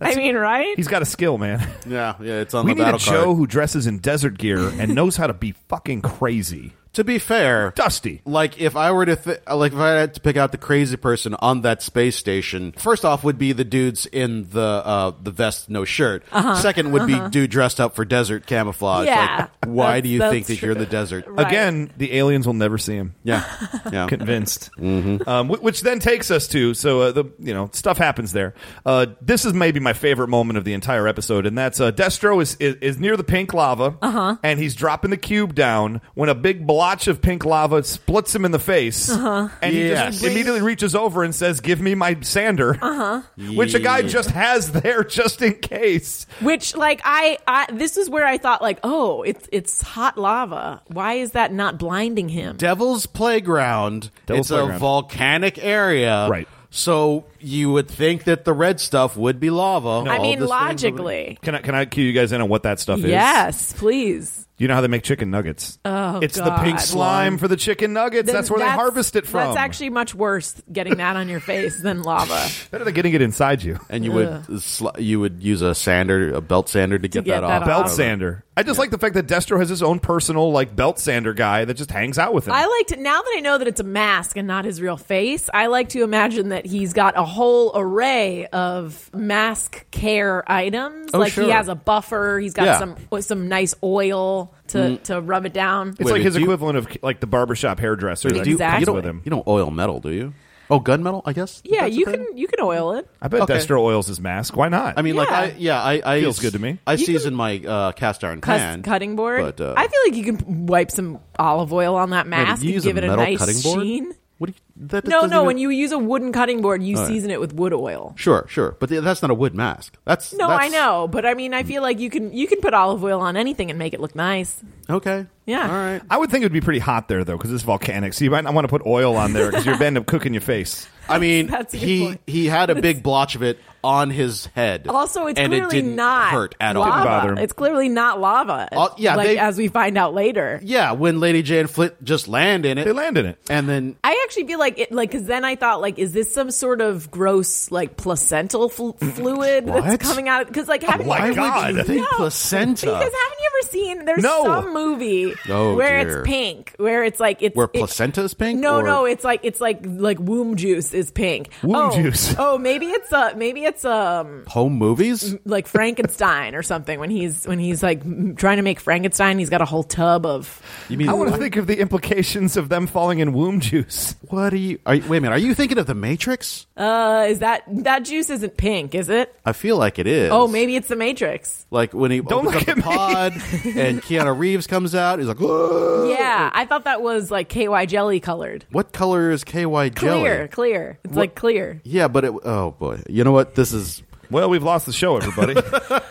I mean, right?
He's got a skill, man.
Yeah, yeah, it's
<laughs>
on
We
the
need a
battle card.
Joe who dresses in desert gear and knows how to be fucking crazy.
To be fair,
Dusty.
like if I were to th- like if I had to pick out the crazy person on that space station, first off would be the dudes in the uh the vest no shirt. 2nd would be dude dressed up for desert camouflage.
Uh-huh. Yeah.
Like, why
That's-
do you
that's
think that you're in the
true.
desert?
Right.
Again, the aliens will never see him.
Yeah.
<laughs>
Yeah. <laughs>
convinced.
Mm-hmm.
Um, wh- which then takes us to so uh, the you know stuff happens there. Uh, this is maybe my favorite moment of the entire episode, and that's uh, Destro is, is is near the pink lava, uh-huh. and he's dropping the cube down when a big blotch of pink lava splits him in the face, uh-huh. and he
Yes.
just immediately reaches over and says, "Give me my sander," uh-huh. which a guy
Yeah.
just has <laughs> there just in case.
Which, like, I, I this is where I thought, like, oh, it's it's hot lava. Why is that not blinding him?
Devil's Playground.
Devil's
it's
Playground.
a volcanic area.
Right.
So you would think that the red stuff would be lava.
I
All
mean,
this thing-
logically.
Can I can I cue you guys in on what that stuff is?
Yes, please.
You know how they make chicken nuggets? Oh, it's the
God.
pink slime for the chicken nuggets.
Then
that's where they harvest it from.
That's actually much worse getting that on your face than lava.
Better than getting it inside you.
And you would sl- you would use a sander, a belt sander, to get,
get
that,
that
off.
off.
Belt
Wow.
sander. I just like the fact that Destro has his own personal like belt sander guy that just hangs out with him.
I like to now that I know that it's a mask and not his real face. I like to imagine that he's got a whole array of mask care items. like
Oh, sure.
he has a buffer. He's got
Yeah. Mm.
some some nice oil to to rub it down.
it's
Wait,
like his
do you-
equivalent of like the barbershop hairdresser that
do you-
comes
you don't-
with him.
You don't oil metal, do you? Oh, gunmetal, I guess.
yeah,
That's a
you
thing?
can you can oil it.
I bet
Okay.
Destro oils his mask. Why not?
I mean, like,
Yeah.
I yeah, I, I
Feels good to me.
I
You can-
season my uh, cast iron
Cus-
pan,
cutting board.
But uh,
I feel like you can wipe some olive oil on that
wait,
mask
you
and
use
give it a
metal
nice
cutting board?
sheen.
What? Do you, that
No,
doesn't
no.
even-
When you use a wooden cutting board, you season it with wood oil.
sure, sure, but th- that's not a wood mask. That's
No,
that's-
I know, but I mean, I feel like you can you can put olive oil on anything and make it look nice.
Okay,
Yeah.
all
<laughs>
right.
I would think it would be pretty hot there though because it's volcanic. So you might not want to put oil on there because you'd end up cooking your face.
I mean,
that's a good
he
point.
he had a big blotch of it on his head.
Also, it's
and
clearly
it didn't
not
hurt at
lava.
all.
bother him.
It's clearly not lava.
Uh, yeah,
like
they-
as we find out later.
Yeah, when Lady J and Flit just land in it,
They land in it.
and then
I actually feel like it, like because then I thought like, is this some sort of gross like placental fl- fluid
Mm, What? Oh
that's coming out? Because like, haven't
my
you,
God.
I think placenta.
Because haven't you ever seen? There's
No.
some movie
Oh,
where
dear.
it's pink, where it's like it's
Where
it-
placenta's pink?
No,
Or-
no, it's like it's like like womb juice is pink.
Womb
oh,
juice.
Oh, maybe it's uh maybe it's um
home movies.
like Frankenstein or something. When he's when he's like m- trying to make Frankenstein, he's got a whole tub of.
You mean
I want to think of the implications of them falling in womb juice.
what are you, are you? Wait a minute. Are you thinking of the Matrix?
Uh, is that that juice isn't pink? Is it?
I feel like it is.
Oh, maybe it's the Matrix.
Like when he
Don't look
opens up the
at me.
pod
<laughs>
and Keanu Reeves comes out, he's like, "Whoa."
Yeah, I thought that was like KY jelly colored.
"What color is KY jelly?"
Clear, clear. It's like clear.
Yeah, but it, oh boy, you know what? This is
Well, we've lost the show,
<laughs>
everybody.
I,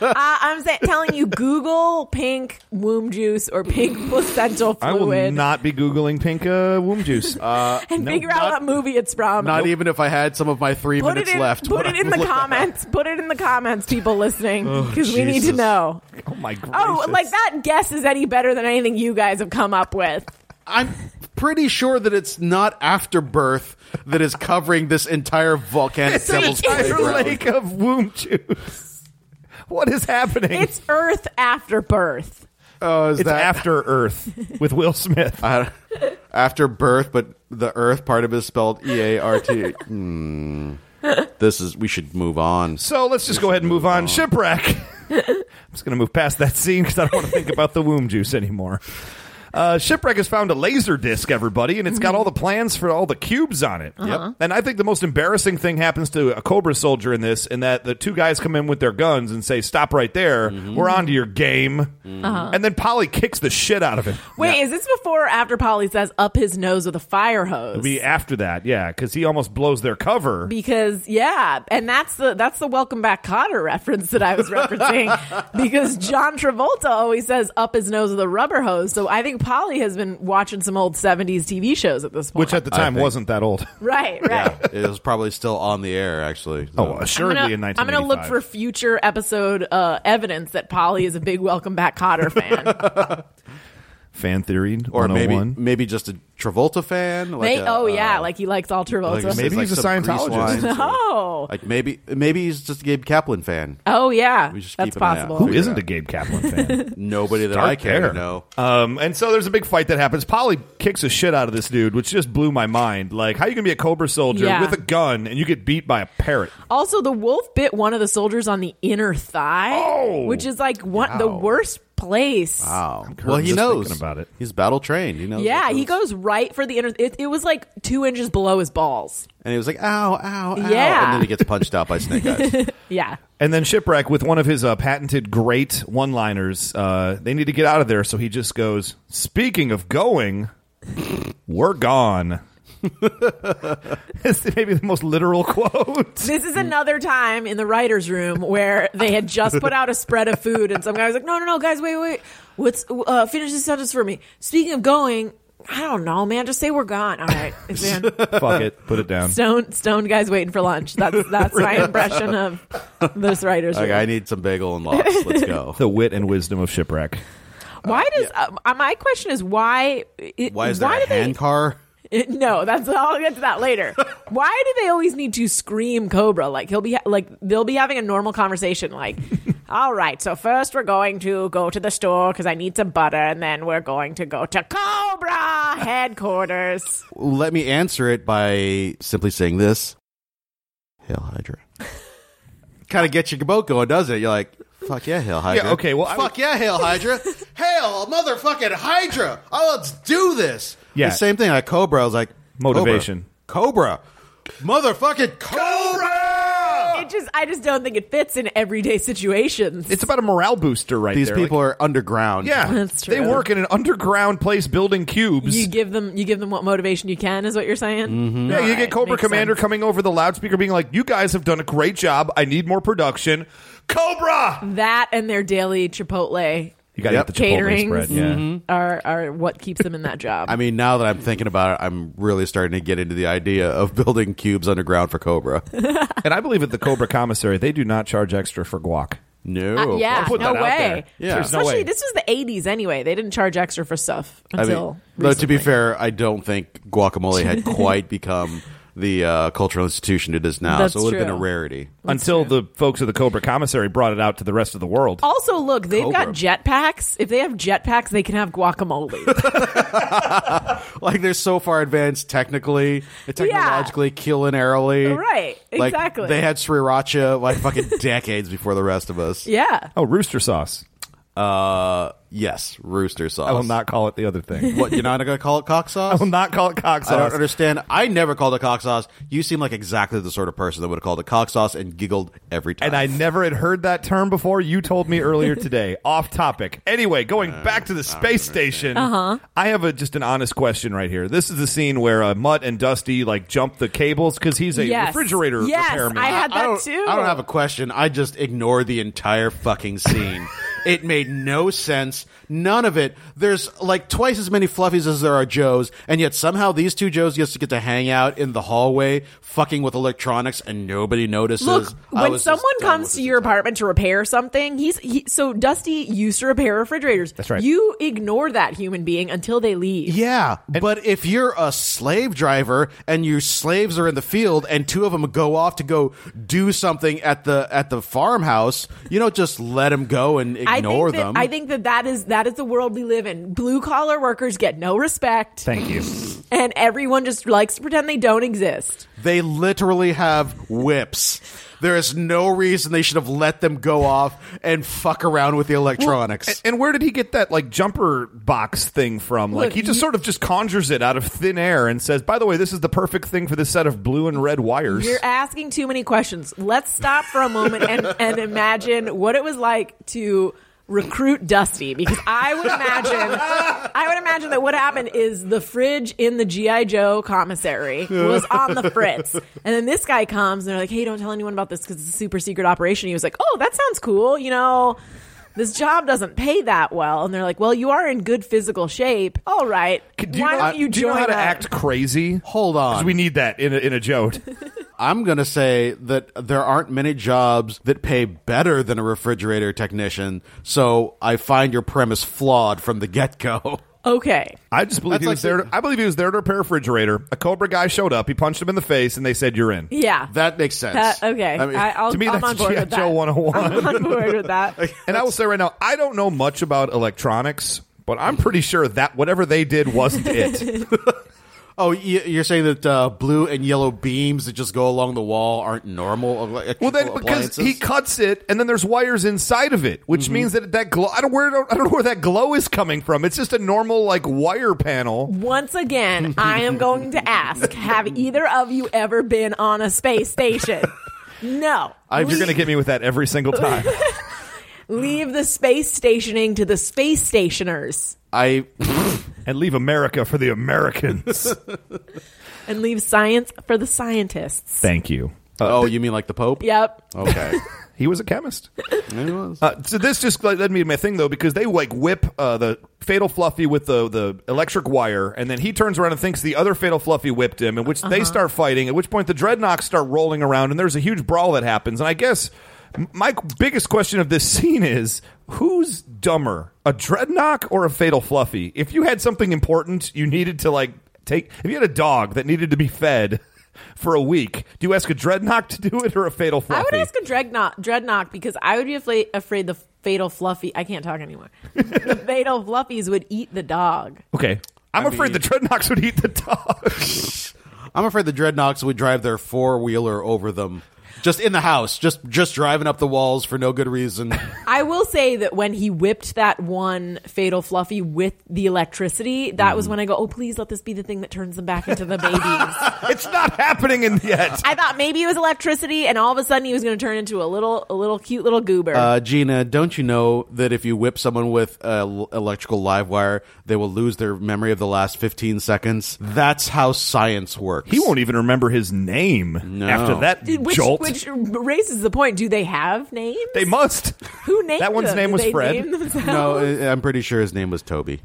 Uh, I'm sa- telling you, Google pink womb juice or pink placental
I will
fluid
not be googling pink uh, womb juice. <laughs> Uh,
and figure out what movie it's from.
not even if I had some of my three
Put it
minutes
in,
left.
put
would
it
I
in the
look- Oh,
comments. Put it in the comments, people listening, because we need to
Jesus.
know.
oh my god!
Oh, like that guess is any better than anything you guys have come up with.
I'm pretty sure that it's not afterbirth that is covering this entire volcanic
It's an
devil's
entire
playground.
lake of womb juice. What is happening?
It's Earth after birth.
Oh, is
It's
that
After Earth with Will Smith.
after birth, but the earth part of it is spelled E A R T. Hmm. This is. We should move on.
so let's just go ahead and move on. Shipwreck. <laughs> I'm just going to move past that scene because I don't want to think about the womb juice anymore. Uh, Shipwreck has found a laser disc, everybody, and it's got all the plans for all the cubes on it. Yep. And I think the most embarrassing thing happens to a Cobra soldier in this, in that the two guys come in with their guns and say, "Stop right there! We're onto your game." And then Polly kicks the shit out of him.
Wait, is this before or after Polly says up his nose with a fire hose?
Be after that, yeah, because he almost blows their cover.
because yeah, and that's the that's the Welcome Back Cotter reference that I
<laughs>
was referencing because John Travolta always says up his nose with a rubber hose. So I think Polly has been watching some old '70s TV shows at this point.
which at the time
think-
wasn't that
<laughs>
old.
right, right.
Yeah, it was probably still on the air. Actually.
Oh,
So-
I'm
assuredly
gonna,
in 1985.
I'm gonna look for future
<laughs>
episode uh, evidence that Polly is a big Welcome Back Cotter fan.
fan theoried
or maybe
101.
maybe just a Travolta fan. Like
May-
a-
oh yeah,
uh,
like he likes all
like
Travolta.
I said,
Maybe he's a
some grease
Scientologist.
lines or-
<laughs> No.
like maybe maybe he's just a Gabe Kaplan fan.
<laughs> oh yeah,
We just
that's
keep an eye out.
possible.
Who
figure
isn't
out.
a Gabe Kaplan
<laughs>
fan?
Nobody that
Start
I care
there.
to know.
um, and so there's a big fight that happens. Polly kicks a shit out of this dude, which just blew my mind. Like, how you gonna be a Cobra soldier
Yeah.
with a gun and you get beat by a parrot?
Also, the wolf bit one of the soldiers on the inner thigh, which is like one the worst place.
Oh, Wow. Well, he
just
knows
thinking about it.
He's battle trained. He knows.
Yeah,
that
he
was-
goes right for the inner. It, it was like two inches below his balls.
and he was like, "Ow, ow, ow!"
Yeah.
and then he gets punched out by Snake Eyes.
<laughs> Yeah,
And then Shipwreck with one of his uh, patented great one liners. Uh, they need to get out of there, so he just goes, Speaking of going, we're gone. <laughs> it's maybe the most literal quote.
this is another time in the writers' room where they had just put out a spread of food, and some guy was like, "No, no, no, guys, wait, wait, what's uh, finish this sentence for me." Speaking of going, I don't know, man. Just say we're gone. All right, it's in.
Fuck it. Put it down.
Stone Stone guys waiting for lunch.
<laughs>
That's that's my impression of this writers' room.
like, I need some bagel and lox. Let's
<laughs>
go.
the wit and wisdom of Shipwreck.
Why does uh, my question is why? It,
Why is there
why
a
do they-
hand car?
It- no, that's I'll get to
<laughs>
that later. Why do they always need to scream Cobra? Like he'll be ha- like they'll be having a normal
<laughs>
conversation. Like, all right, so first we're going to go to the store because I need some butter, and then we're going to go to Cobra headquarters.
Let me answer it by simply saying this: Hail
<laughs>
Hydra. kind of gets your boat going, does it? You're like, "Fuck yeah, Hail Hydra."
Yeah, okay, well, I
fuck yeah,
<laughs>
Hail Hydra. Hail motherfucking Hydra. Oh, let's do this.
Yeah.
The same thing. Like Cobra. I was like,
Motivation.
Cobra. Cobra. Motherfucking Cobra.
It just I just don't think it fits in everyday situations.
It's about a morale booster right
These
there.
people are underground.
Like, yeah.
<laughs> That's
They
true.
work in an underground place building cubes.
you give them you give them what motivation you can is what you're saying. Mm-hmm.
yeah, you get Cobra Commander coming over the loudspeaker being like, You guys have done a great job. I need more production. Cobra!
That and their daily Chipotle
You gotta
Yep.
get the Chipotle
Caterings.
spread. Yeah.
<laughs> are are what keeps them in that
<laughs>
job.
I mean, now that I'm thinking about it, I'm really starting to get into the idea of <laughs> building cubes underground
<laughs>
for Cobra.
And I believe at the Cobra Commissary, they do not charge extra for guac.
No.
Uh, yeah,
I'll put
no
that out
way.
there.
Yeah. There's no
especially
way.
this was the '80s anyway. They didn't charge extra for stuff
I mean,
until.
though to be
recently.
fair, I don't think guacamole
<laughs>
had quite become the uh, cultural institution it is now,
That's
so it would have been a
true.
rarity.
Until the folks at the Cobra Commissary brought it out to the rest of the world.
Also, look, they've
Cobra.
got jetpacks. If they have jetpacks, they can have guacamole.
Like they're so far advanced technically, technologically, culinarily,
Right,
Like,
exactly.
they had sriracha like
<laughs>
fucking decades before the rest of us.
yeah,
Oh, rooster sauce.
Uh, yes, rooster sauce.
I will not call it the other
<laughs>
thing.
What you're not gonna call it cock
<laughs> I
sauce?
will not call it cock
I don't
sauce.
understand. I never called it cock sauce. You seem like exactly the sort of person that would have called it cock sauce and giggled every time.
And I never had heard that term before. You told me earlier today, off topic. Anyway, going back to the space station, uh-huh. I have a, just an honest question right here. This is the scene where uh, Mutt and Dusty like jump the cables because he's a
Yes.
refrigerator
Yes,
repairman.
I had
I
that
don't,
too.
I don't have a question. I just ignored the entire fucking scene.
<laughs>
it made no sense. None of it. There's like twice as many fluffies as there are Joes, and yet somehow these two Joes just get to hang out in the hallway, fucking with electronics, and nobody notices.
Look,
I
when
was just
someone
done
comes
with
to
this
your
entire-
apartment to repair something, he's he, so Dusty used to repair refrigerators. That's
right.
You ignore that human being until they leave.
Yeah, but if you're a slave driver and your slaves are in the field and two of them go off to go do something at the at the farmhouse, you don't just let them go and
I think,
ignore
that,
them.
I think that that is that is the world we live in. Blue collar workers get no respect,
Thank you.
and everyone just likes to pretend they don't exist.
they literally have whips. There is no reason they should have let them go off and fuck around with the electronics.
And where did he get that like jumper box thing from? Like
Look,
he just
you-
sort of just conjures it out of thin air and says, "By the way, this is the perfect thing for this set of blue and red wires."
You're asking too many questions. Let's stop for a moment and, and imagine what it was like to recruit Dusty because I would imagine I would imagine that what happened is the fridge in the GI Joe commissary was on the fritz and then this guy comes and they're like hey don't tell anyone about this cuz it's a super secret operation he was like oh that sounds cool you know this job doesn't pay that well and they're like well you are in good physical shape all right
do you,
why
know,
don't you
do
join
know how to
us?"
act crazy?
Hold
'Cause
on.
we need that in a, in a joke.
I'm going to say that there aren't many jobs that pay better than a refrigerator technician, so I find your premise flawed from the get go.
Okay.
I just believe
That's
he was
like
there.
the-
To, I believe he was there to repair a refrigerator. A Cobra guy showed up. He punched him in the face, and they said, "You're in."
Yeah.
<laughs> That makes sense.
That- Uh, okay.
I mean,
I, will
to me,
I'm
that's
on board
G.I.
with that.
Joe 101.
I'm on board
<laughs>
with that.
And I will say right now, I don't know much about electronics, but I'm pretty sure that whatever they did wasn't
<laughs>
it.
oh, you- you're saying that uh, blue and yellow beams that just go along the wall aren't normal?
well, then because he cuts it, and then there's wires inside of it, which means that that glow. I don't where I don't know where that glow is coming from. It's just a normal like wire panel.
Once again, I am going to ask: Have either of you ever been on a space station?
<laughs>
No.
You're going to get me with that every single <laughs> time.
Leave the space stationing to the space stationers,
<laughs>
I
and leave America for the Americans.
and leave science for the scientists.
Thank you.
oh, you mean like the Pope?
Yep.
Oh,
<laughs>
Okay.
He was a chemist.
It was.
Uh, so this just like, led me to my thing though, because they like whip uh, the fatal fluffy with the the electric wire, and then he turns around and thinks the other fatal fluffy whipped him, and which
Uh-huh.
they start fighting. At which point the dreadnoughts start rolling around, and there's a huge brawl that happens. And I guess m- my biggest question of this <laughs> scene is who's dumber, a dreadnought or a fatal fluffy? If you had something important you needed to like take, if you had a dog that needed to be fed. <laughs> For a week, do you ask a dreadnought to do it or a fatal fluffy?
I would ask a dreadnought, dreadnought because I would be afraid, afraid the fatal fluffy. I can't talk anymore. <laughs> the fatal fluffies would eat the dog.
Okay. I'm afraid
mean-
the dreadnoughts would eat the dog.
I'm afraid the dreadnoughts would drive their four wheeler over them, just in the house, just just driving up the walls for no good
<laughs>
reason.
I will say that when he whipped that one fatal fluffy with the electricity, that
Mm.
was when I go, oh, please let this be the thing that turns them back into the babies. <laughs> I
it's not happening in yet.
thought maybe it was electricity, and all of a sudden he was going to turn into a little, a little cute little goober.
Uh, Gina, don't you know that if you whip someone with an electrical live wire, they will lose their memory of the last 15 seconds? That's how science works.
He
<laughs>
won't even remember his name after that
which,
jolt.
which raises the point. Do they have names?
they must. <laughs>
Who named
That one's
them?
name
Did
was
they
Fred.
name
<laughs>
themselves?
No, I- I'm pretty sure his name was Toby.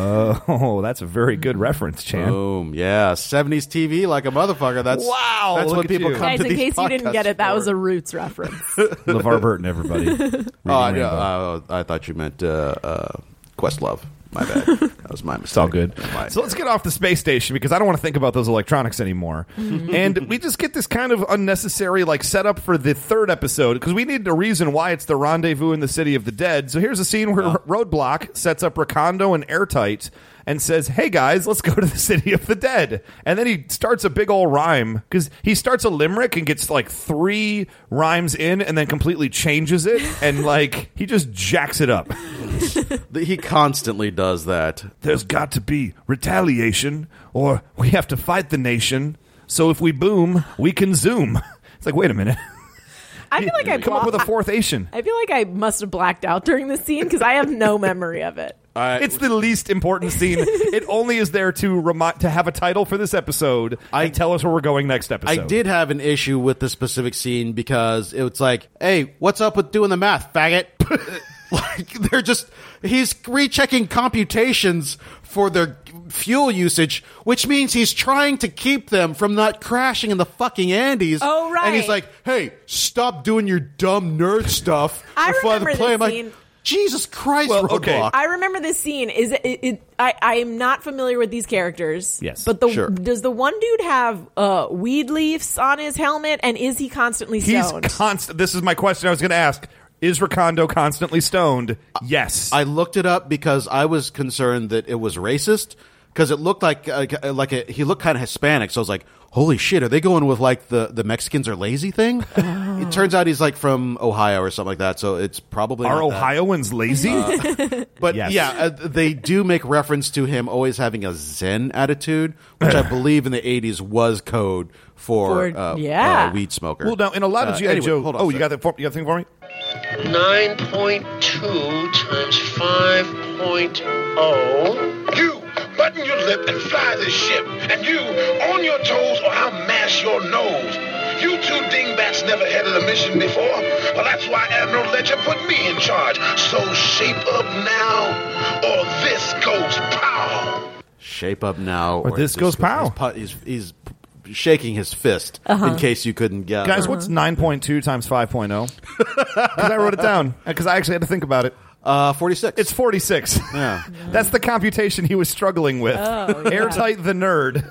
Oh, that's a very good reference, Chan.
<laughs> Boom. Yeah. 70s TV like a motherfucker. That's
Wow,
That's
look
what
at
people
you.
come
Guys,
to
in
these
case you didn't get
podcasts
it, that was
for.
a Roots reference.
<laughs> LeVar Burton, everybody.
Oh, I, uh, I thought you meant uh, uh, Questlove.
<laughs>
My bad. That was my mistake. It's
all good. So let's get off the space station because I don't want to think about those electronics anymore. and we just get this kind of unnecessary like setup for the third episode because we need a reason why it's the rendezvous in the city of the dead. So here's a scene where Roadblock sets up Recondo and Airtight and says, "Hey guys, let's go to the city of the dead." And then he starts a big old rhyme because he starts a limerick and gets like three rhymes in and then completely changes it and like he just jacks it up.
he constantly does that.
there's got to be retaliation or we have to fight the nation. So if we boom, we can zoom. <laughs> It's like, wait a minute.
I feel like I
Come up with a
blo-
fourth Asian.
<laughs> I feel like I must have blacked out during this scene because I have no memory of it.
It's the least important
<laughs>
scene. it only is there to remind to have a title for this episode and tell us where we're going next
I
episode.
did have an issue with the specific scene because it was like, hey, what's up with doing the math, faggot? <laughs> like, they're just, he's rechecking computations for their fuel usage, which means he's trying to keep them from not crashing in the fucking Andes.
Oh, right.
And he's like, hey, stop doing your dumb nerd stuff.
I
We're flying the
remember this
plane. I'm like,
scene.
Jesus Christ,
Well,
Roadblock.
okay.
I remember this scene. Is it? it, it I I am not familiar with these characters.
Yes,
but the
sure.
does the one dude have uh, weed leaves on his helmet, and is he constantly
He's
stoned?
<laughs>
constant. This is my question. I was going to ask: Is Ricondo constantly stoned? Yes.
I looked it up because I was concerned that it was racist because it looked like uh, like a, he looked kind of Hispanic. So I was like, "Holy shit, are they going with like the the Mexicans are lazy
<laughs>
thing?" It turns out he's like from Ohio or something like that. So it's probably
Are
not that. Uh,
Ohioans lazy? <laughs>
but
Yes.
yeah, uh, they do make reference to him always having a Zen attitude,
<laughs>
which I believe in the '80s was code for,
For-
uh,
yeah.
uh, weed smoker.
well, now in a lot of
Uh,
GI
anyway,
Joe.
hold on a
Oh, you
sec.
got that? For, you got a thing for me?
9.2 times 5.0.
You button your lip and fly this ship. And you on your toes or I'll mash your nose. You two dingbats never headed a mission before. Well, that's why Admiral Ledger put me in charge. So shape up now or this goes pow.
shape up now,
Or this goes pow.
he's pu- He's, he's, shaking his fist
Uh-huh.
in case you couldn't get
oh? <laughs> Guys, what's 9.2 times 5.0? Because I wrote it down. Because I actually had to think about it.
Uh, 46.
It's 46.
Yeah.
<laughs> That's the computation he was struggling with.
Oh, yeah.
Airtight the nerd.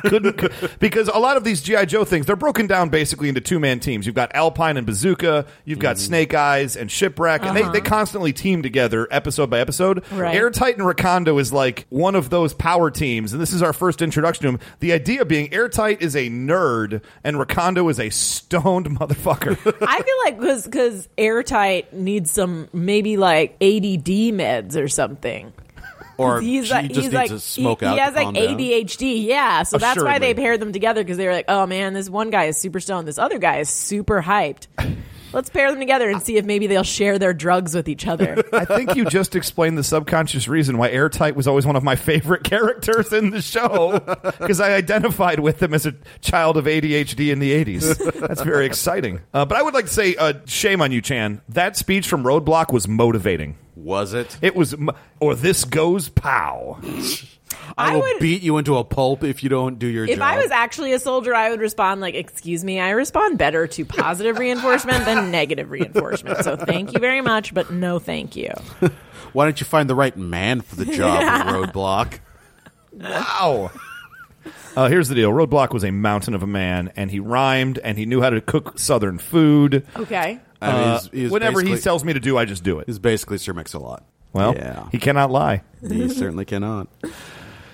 <laughs> Couldn't because a lot of these GI Joe things, they're broken down basically into two-man teams. You've got Alpine and Bazooka, you've got Snake Eyes and Shipwreck, and they, they constantly team together episode by episode.
Uh-huh. Right.
Airtight and Rakondo is like one of those power teams, and this is our first introduction to him. The idea being Airtight is a nerd and Rakondo is a stoned <laughs> motherfucker.
I feel like because because airtight needs some maybe like ADD meds or something.
or
He's
she
like
just
he's
needs
like
to smoke
he,
out.
he has
to
like
calm down.
ADHD. Yeah, so that's why they
Assuredly.
paired them together because they were like, oh man, this one guy is super stoned, this other guy is super hyped. Let's pair them together and see if maybe they'll share their drugs with
<laughs>
each other.
<laughs> I think you just explained the subconscious reason why Airtight was always one of my favorite <laughs> characters in the
<laughs>
show because I identified with him as a child of ADHD in the 80s. That's very exciting. Uh, but I would like to say, uh, shame on you, Chan. That speech from Roadblock was motivating.
Was it?
It was, m- or this goes pow.
I,
I
will
would-
beat you into a pulp if you don't do your
If
job.
I was actually a soldier, I would respond like, "Excuse me, I respond better to positive reinforcement than negative reinforcement. So thank you very much, but no, thank you."
Why don't you find the right man for the
<laughs>
job, Roadblock?
Wow. <laughs> Uh, here's the deal. Roadblock was a mountain of a man, and he rhymed, and he knew how to cook Southern food.
Okay,
I mean, he's- he's
Whenever he
basically-
tells me to do, I just do it.
he's basically Sir Mix-a-Lot.
Well,
yeah,
he cannot lie.
he certainly cannot.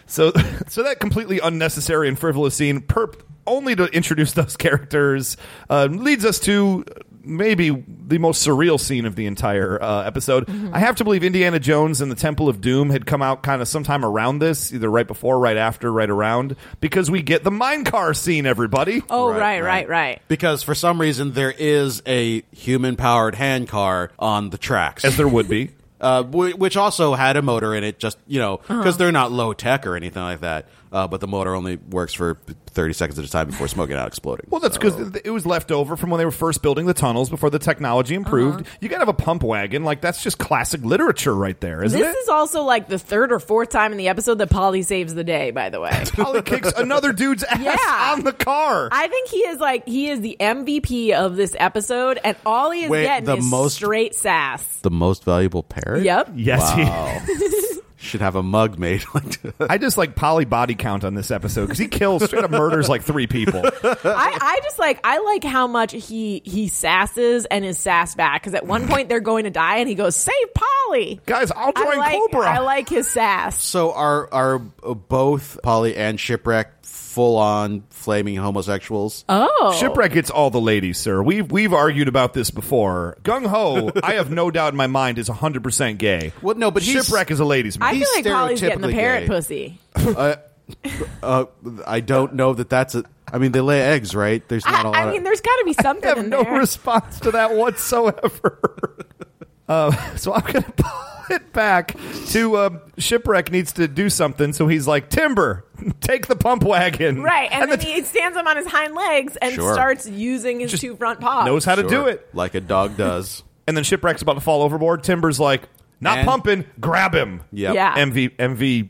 So, <laughs> so that completely unnecessary and frivolous scene, perp only to introduce those <laughs> characters, uh, leads us to maybe the most surreal scene of the entire uh, episode.
Mm-hmm.
I have to believe Indiana Jones and the Temple of Doom had come out kind of sometime around this, either right before, right after, right around, because we get the mine car scene. Everybody,
Oh, right, right, right.
Because for some reason there is a human-powered hand car on the tracks,
as there would be.
<laughs>
uh, wh- which also had a motor in it. Just you know,
Uh-huh.
because they're not low tech or anything like that. Uh, but the motor only works for thirty seconds at a time before smoking out exploding.
Well, that's
Oh.
because it was left over from when they were first building the tunnels before the technology improved.
Uh-huh.
You gotta have a pump wagon, like that's just classic literature right there, isn't
This
it?
is also like the third or fourth time in the episode that Polly saves the day. By the way,
Polly kicks another dude's ass
Yeah.
on the car.
I think he is like he is the MVP of this episode, and all he is
Wait,
getting
the
is
most-
straight sass.
the most valuable parrot.
Yep.
yes,
should have a mug made. <laughs> Like to-
I just like Polly body count on this episode because he kills straight up murders like three people.
I, I just like I like how much he he sasses and is sassed back because at one point they're going to die and he goes save Polly.
Guys, I'll
I
join
like
Cobra.
I like his sass.
so are are both Polly and Shipwreck full on flaming homosexuals?
Oh,
Shipwreck gets all the ladies, sir. We've we've argued about this before. Gung Ho, I have no doubt in my mind, is hundred percent gay.
Well, no, but he's-
Shipwreck is a ladies' man.
I feel
he's
like Polly's getting the
stereotypically
parrot
gay.
pussy.
Uh, I don't know that that's a. I mean, they lay eggs, right? There's
I,
not a lot.
I mean, there's got to be something
I have
in
no
there.
response to that
<laughs>
whatsoever. uh, so I'm going to pull it back to um, Shipwreck needs to do something. So he's like, Timber, take the pump wagon.
Right, and,
the
then he stands up on his hind legs and
Sure.
starts using his
Just
two front paws.
knows how to do it.
like a dog does.
And then Shipwreck's about to fall overboard. Timber's like, not
And-
pumping, grab him.
Yep.
Yeah.
MV,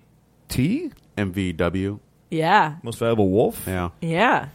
MVT?
MVW.
Yeah,
Most valuable wolf?
<laughs>
Yeah.
yeah.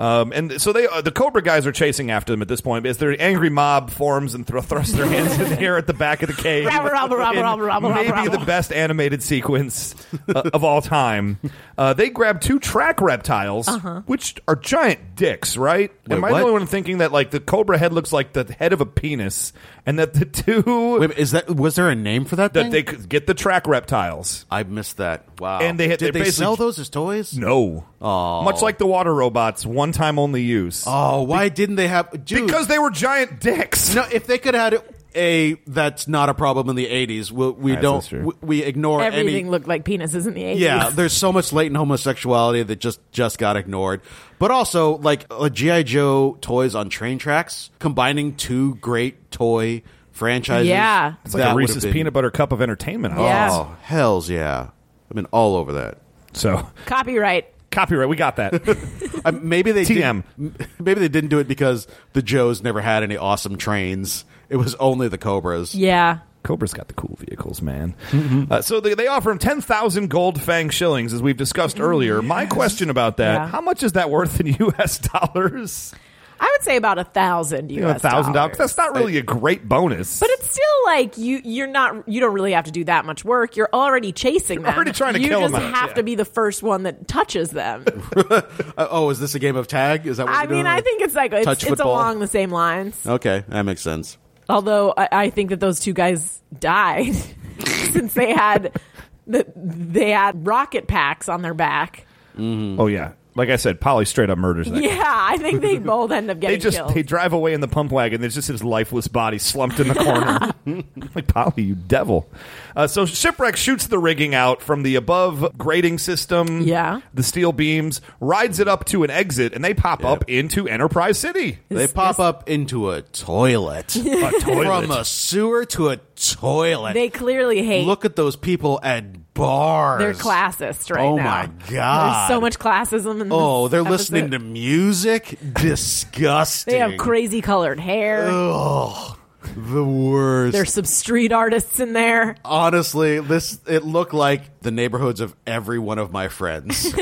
Um, and so they uh, the Cobra guys are chasing after them at this point as their angry mob forms and thro- thrusts their hands in the air at the back of the cage.
Rabble, rabble, rabble,
in
rabble, rabble,
maybe
rabble.
the best animated sequence uh, of all time. Uh, they grab two track reptiles, which are giant dicks, right? Am I
what?
the only one thinking that like the Cobra head looks like the head of a penis, and that the two
Wait, is that was there a name for that?
that
thing?
they could get the track reptiles?
I missed that. Wow.
And they had-
did
they
they,
basically-
sell those as toys?
No, much like the water robots, one time only use
Oh, why didn't they have? Dude,
because they were giant dicks.
no, if they could have had a that's not a problem in the '80s. We, we don't.
that's true.
We, we ignore
Everything
any.
looked like penises in the 80s.
Yeah, there's so much latent homosexuality that just just got ignored. But also, like uh, GI Joe toys on train tracks, combining two great toy franchises.
Yeah.
It's like
that
a
would've
Reese's
been-
peanut butter cup of entertainment.
Yeah.
Oh hell's yeah! I've been all over that.
So
<laughs> Copyright.
copyright, we got that. <laughs>
I, Uh, maybe they
TM.
Did, <laughs> maybe they didn't do it because the Joes never had any awesome trains. It was only the Cobras.
Yeah.
Cobra's got the cool vehicles, man.
Mm-hmm.
Uh, so they, they offer him ten thousand gold fang shillings, as we've discussed earlier. My question about that:
Mm. Yeah.
<laughs> How much is that worth in U.S. dollars?
I would say about a thousand
You know,
US
thousand dollars.
dollars.
That's not really a great bonus.
But it's still like you you're not you don't really have to do that much work. You're already chasing them.
already trying to
you
kill
just
them.
have
Yeah.
to be the first one that touches them.
Uh, oh, is this a game of tag? Is that what
I
we're
mean,
doing?
I think it's like
Touch
it's, it's
football.
along the same lines.
Okay, that makes sense.
Although I, I think that those two guys died <laughs> since they had the, they had rocket packs on their back.
oh yeah, like I said, Polly straight up murders that.
Yeah, I think they both end up
They
getting
just
killed.
they drive away in the pump wagon. There's just his lifeless body slumped in the corner. <laughs> like Polly, you devil. Uh, so shipwreck shoots the rigging out from the above grading system.
Yeah.
the steel beams rides it up to an exit, and they pop up into Enterprise City.
They pop up into a
<laughs>
toilet.
A
From
toilet.
a sewer to a toilet.
they clearly hate
Look at those people at bars.
their classist right
oh
now.
my god.
There's so much classism in this.
Oh, they're
episode.
listening to music.
<laughs>
Disgusting.
They have crazy colored hair.
the worst.
There's some street artists in there.
Honestly, this it looked like the neighborhoods of every one of my
<laughs>
friends.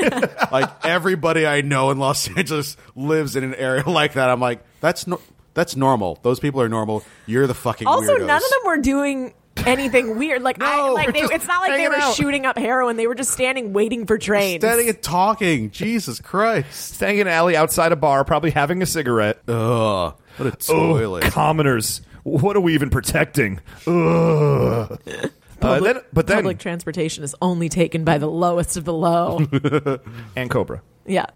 like everybody I know in Los Angeles lives in an area <laughs> like that. I'm like, that's no, that's normal. Those people are normal. You're the fucking
Also,
weirdos.
none of them were doing anything weird. Like, I,
No,
like
we're
they,
just
it's not like they
hanging
were
out.
shooting up heroin. They were just standing waiting for trains.
standing and talking. Jesus Christ!
Standing in an alley outside a bar, probably having a cigarette.
Ugh, what a
Oh,
toilet.
commoners. What are we even protecting? Ugh. Uh, then, but then,
Public transportation is only taken by the lowest of the low.
and Cobra.
yeah.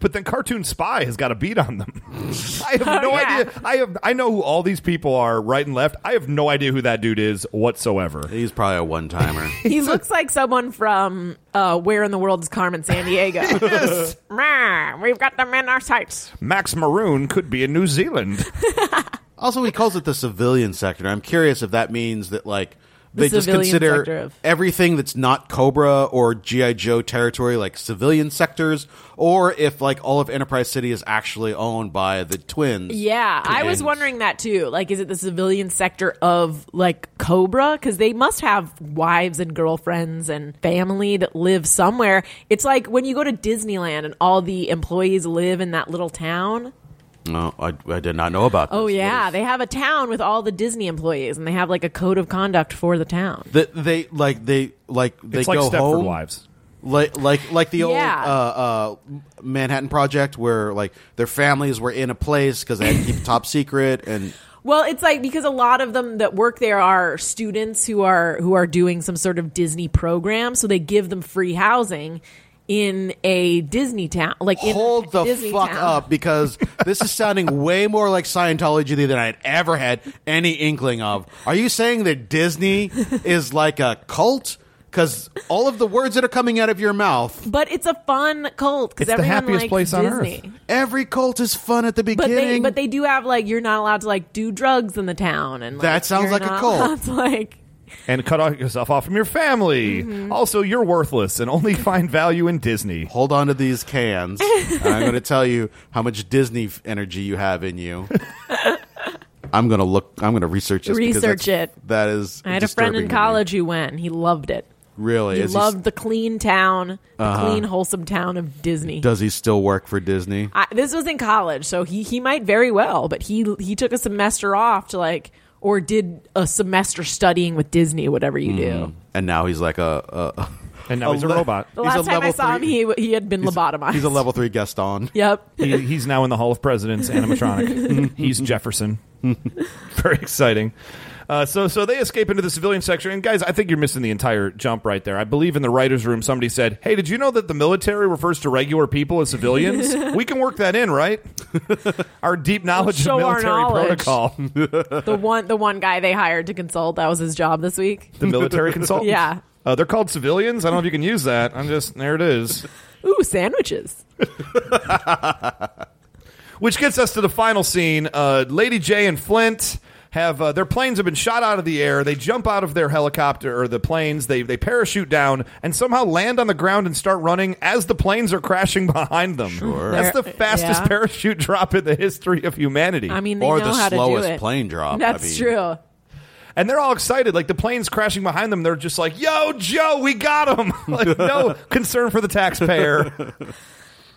But then Cartoon Spy has got a beat on them. <laughs> I have no
yeah.
idea. I have I know who all these people are right and left. I have no idea who that dude is whatsoever.
He's probably a one timer.
He looks like someone from uh, Where in the World is Carmen San Diego. Meh, We've got them in our sights.
Max Maroon could be in New Zealand.
Also, he calls it the civilian sector. I'm curious if that means that like they just
civilian
consider
sector of-
everything that's not Cobra or GI Joe territory like civilian sectors, or if like all of Enterprise City is actually owned by the twins.
Yeah, I was
And-
wondering that too. Like, is it the civilian sector of like Cobra? Because they must have wives and girlfriends and family that live somewhere. It's like when you go to Disneyland and all the employees live in that little town.
No, I, I did not know about.
Oh
this.
yeah, they have a town with all the Disney employees, and they have like a code of conduct for the town.
That they like they like they
it's like
go
Stepford
home
Wives.
like like like the old
Yeah.
uh, uh, Manhattan Project where like their families were in a place because they had to keep it top secret and
Well, it's like because a lot of them that work there are students who are who are doing some sort of Disney program, so they give them free housing in a Disney town, like in
hold the
Disney
fuck
town.
up because this is
<laughs>
sounding way more like Scientology than I had ever had any inkling of. Are you saying that Disney is like a cult? Because all of the words that are coming out of your mouth,
But it's a fun cult because
It's the
everyone
happiest
likes
place on earth.
Disney.
every cult is fun at the
But
beginning.
they but they do have like you're not allowed to like do drugs in the town and like,
That sounds
you're
like a
not
cult.
<laughs> allowed to, like
And cut off yourself off from your family. Also, you're worthless and only <laughs> find value in Disney.
Hold on to these
<laughs>
cans. and I'm going to tell you how much Disney f- energy you have in
<laughs>
you. I'm going to look. I'm going to research this. because
Research
that's-
it.
That is.
I had a friend
disturbing
in
to me.
college who went. and He loved it.
Really?
He
Is he s-
loved the clean town, the
Uh-huh.
clean, wholesome town of Disney.
does he still work for Disney?
I, this was in college, so he he might very well, but he he took a semester off to like or did a semester studying with Disney, whatever you do.
and now he's like a, a
And now he's a
le-
robot.
The
He's
last
a
time I
level
saw
three-
him, he he had been
<laughs>
lobotomized.
he's a level three Gaston.
<laughs> Yep.
<laughs>
He, he's now in the Hall of Presidents
<laughs>
animatronic. he's Jefferson. <laughs> Very exciting. Uh, so, so they escape into the civilian section, and guys, I think you're missing the entire jump right there. I believe in the writers' room, somebody said, "Hey, did you know that the military refers to regular people as
<laughs>
civilians? we can work that in, right? our deep knowledge
show
of
our
military
knowledge.
protocol,
The one the one guy they hired to consult, that was his job this week.
the
<laughs>
military consultant.
Yeah.
uh, they're called civilians. I don't know if you can use that. I'm just there. It is."
Ooh, sandwiches.
Which gets us to the final scene. Uh, Lady J and Flint have uh, their planes have been shot out of the air. They jump out of their helicopter or the planes. They they parachute down and somehow land on the ground and start running as the planes are crashing <laughs> behind them. Sure. That's the
They're-
fastest
yeah.
parachute drop in the history of humanity.
I mean, they
Or
know
the
how to do
slowest
it.
plane drop.
That's
I mean,
true.
and they're all excited. Like the planes crashing behind them, they're just <laughs> like, "Yo, Joe, we got him!" like no concern for the taxpayer.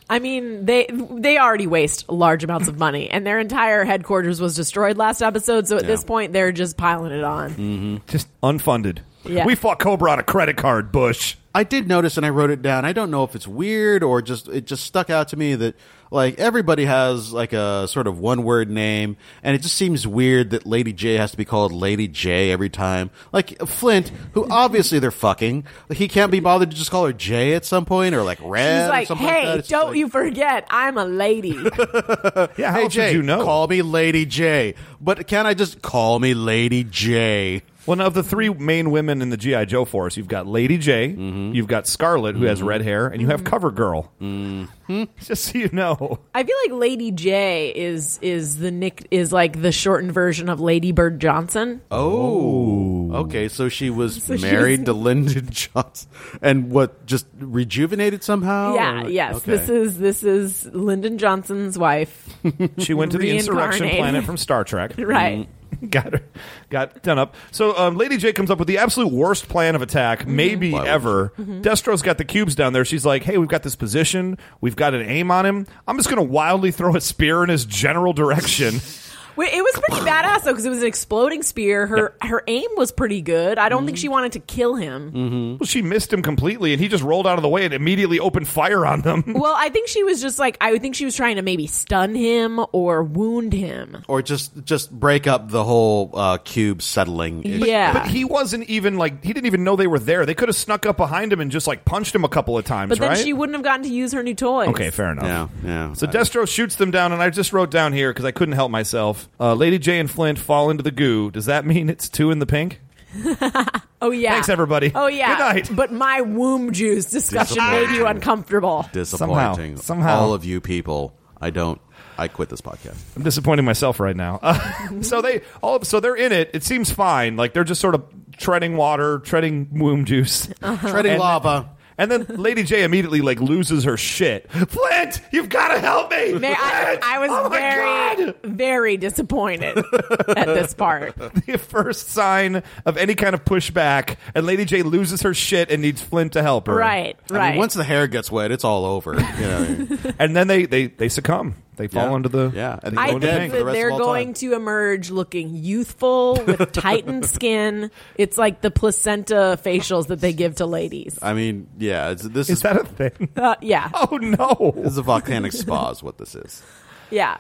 I mean, they they already waste large amounts of money, and their entire headquarters was destroyed last episode. So at this point, they're just piling it on.
Just unfunded.
Yeah.
We fought Cobra on a credit card, Bush.
I did notice, and I wrote it down. I don't know if it's weird or just it just stuck out to me that like everybody has like a sort of one word name, and it just seems weird that Lady J has to be called Lady J every time. Like Flint, who obviously they're fucking, he can't be bothered to just call her J at some point or like Red.
She's
or
like,
something
"Hey,
that." It's just
don't
like-
you forget, I'm
<laughs>
a lady."
Yeah, how
Hey
else
Jay,
would you know?
call me Lady J. But can I just call me Lady J?
Well, now, of the three main women in the GI Joe force, you've got Lady J, you've got Scarlet, who has red hair, and you have Cover Girl. <laughs> Just so you know,
I feel like Lady J is is the nick is like the shortened version of Lady Bird Johnson.
Oh, okay. So she was
<laughs> So she
married
was-
to Lyndon <laughs> Johnson, and what just rejuvenated somehow?
yeah,
Or-
yes.
okay.
This is this is Lyndon Johnson's wife. <laughs>
she went to the insurrection
Reincarnated.
planet from Star Trek.
Right.
Mm-hmm.
got her, got done up. So um, Lady J comes up with the absolute worst plan of attack, maybe ever. Destro's got the cubes down there. She's like, "Hey, we've got this position. We've got an aim on him. I'm just going to wildly throw a spear in his general direction."
Wait, It was pretty badass though, because it was an exploding spear. Her her aim was pretty good. I don't
Mm-hmm.
think she wanted to kill him.
well, she missed him completely, and he just rolled out of the way and immediately opened fire on them.
Well, I think she was just like I would think she was trying to maybe stun him or wound him.
or just just break up the whole uh, cube settling. issue.
yeah,
But he wasn't even like he didn't even know they were there. They could have snuck up behind him and just like punched him a couple of times,
But then
right?
she wouldn't have gotten to use her new toys.
okay, fair enough.
yeah, yeah.
So Destro shoots them down, and I just wrote down here because I couldn't help myself. Uh, Lady J and Flint fall into the goo. Does that mean it's two in the pink?
Oh yeah.
Thanks, everybody.
Oh yeah.
Good night.
But my womb juice discussion
Disappointing.
made you uncomfortable.
disappointing.
somehow, somehow.
all of you people, I don't. I quit this podcast.
I'm disappointing myself right now. <laughs> Uh, so they all so they're in it. It seems fine. Like they're just sort of treading water, treading womb
<laughs>
juice,
Uh-huh.
Treading
And-
lava.
and then Lady J immediately like loses her shit. Flint, you've got to help me.
May- I,
Flint!
I was
Oh my
very,
God!
very disappointed at
<laughs>
this part.
the first sign of any kind of pushback, and Lady J loses her shit and needs Flint to help her.
Right,
I mean,
right.
once the hair gets wet, it's all over. You
<laughs>
know?
And then they they they succumb. They fall
Yeah.
into the
Yeah.
They
And
go
I
going
into
to
think
bank for the
that
rest
they're
of all
going
time.
to emerge looking youthful
<laughs>
with tightened skin. It's like the placenta facials that they give to ladies.
I mean, yeah. It's, this is,
Is that a
<laughs>
thing?
Uh, yeah,
Oh no!
this is a volcanic spa. Is what this is.
yeah.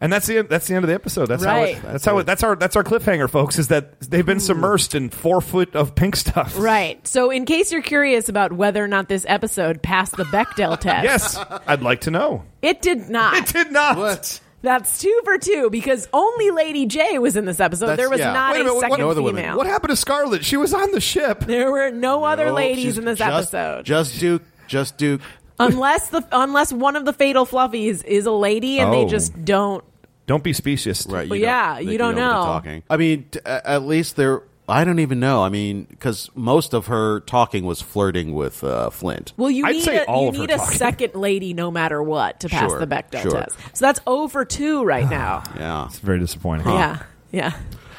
And that's the end, that's the end of the episode. That's
Right.
how it, that's how it, that's our that's our cliffhanger, folks. Is that they've been submersed in four foot of pink stuff.
Right. So, in case you're curious about whether or not this episode passed the Bechdel test,
Yes, I'd like to know.
it <laughs> did not.
It did not.
What?
That's two for two because only Lady J was in this episode.
That's-
there was
yeah.
not
Wait
a,
a minute, what-
second
no other women.
female.
What happened to Scarlet? She was on the ship.
<laughs> There were no other
Oh,
ladies
she's
in this
just-
episode,
Just Duke. Just Duke.
unless the unless one of the fatal fluffies is a lady, and they
Oh.
just don't.
Don't be specious.
Right. You
Well,
don't-
yeah,
they-
you don't
what they're
know.
talking. I mean, t- a- at least they're. I don't even know. I mean, because most of her talking was flirting with uh, Flint.
Well, you
I'd
need
say
a,
all
you
of her
need a
talking.
second lady, no matter what, to pass
Sure,
the Bechdel
sure.
test. So that's zero for two right
<sighs>
now. <laughs>
Yeah.
It's very disappointing.
yeah, yeah.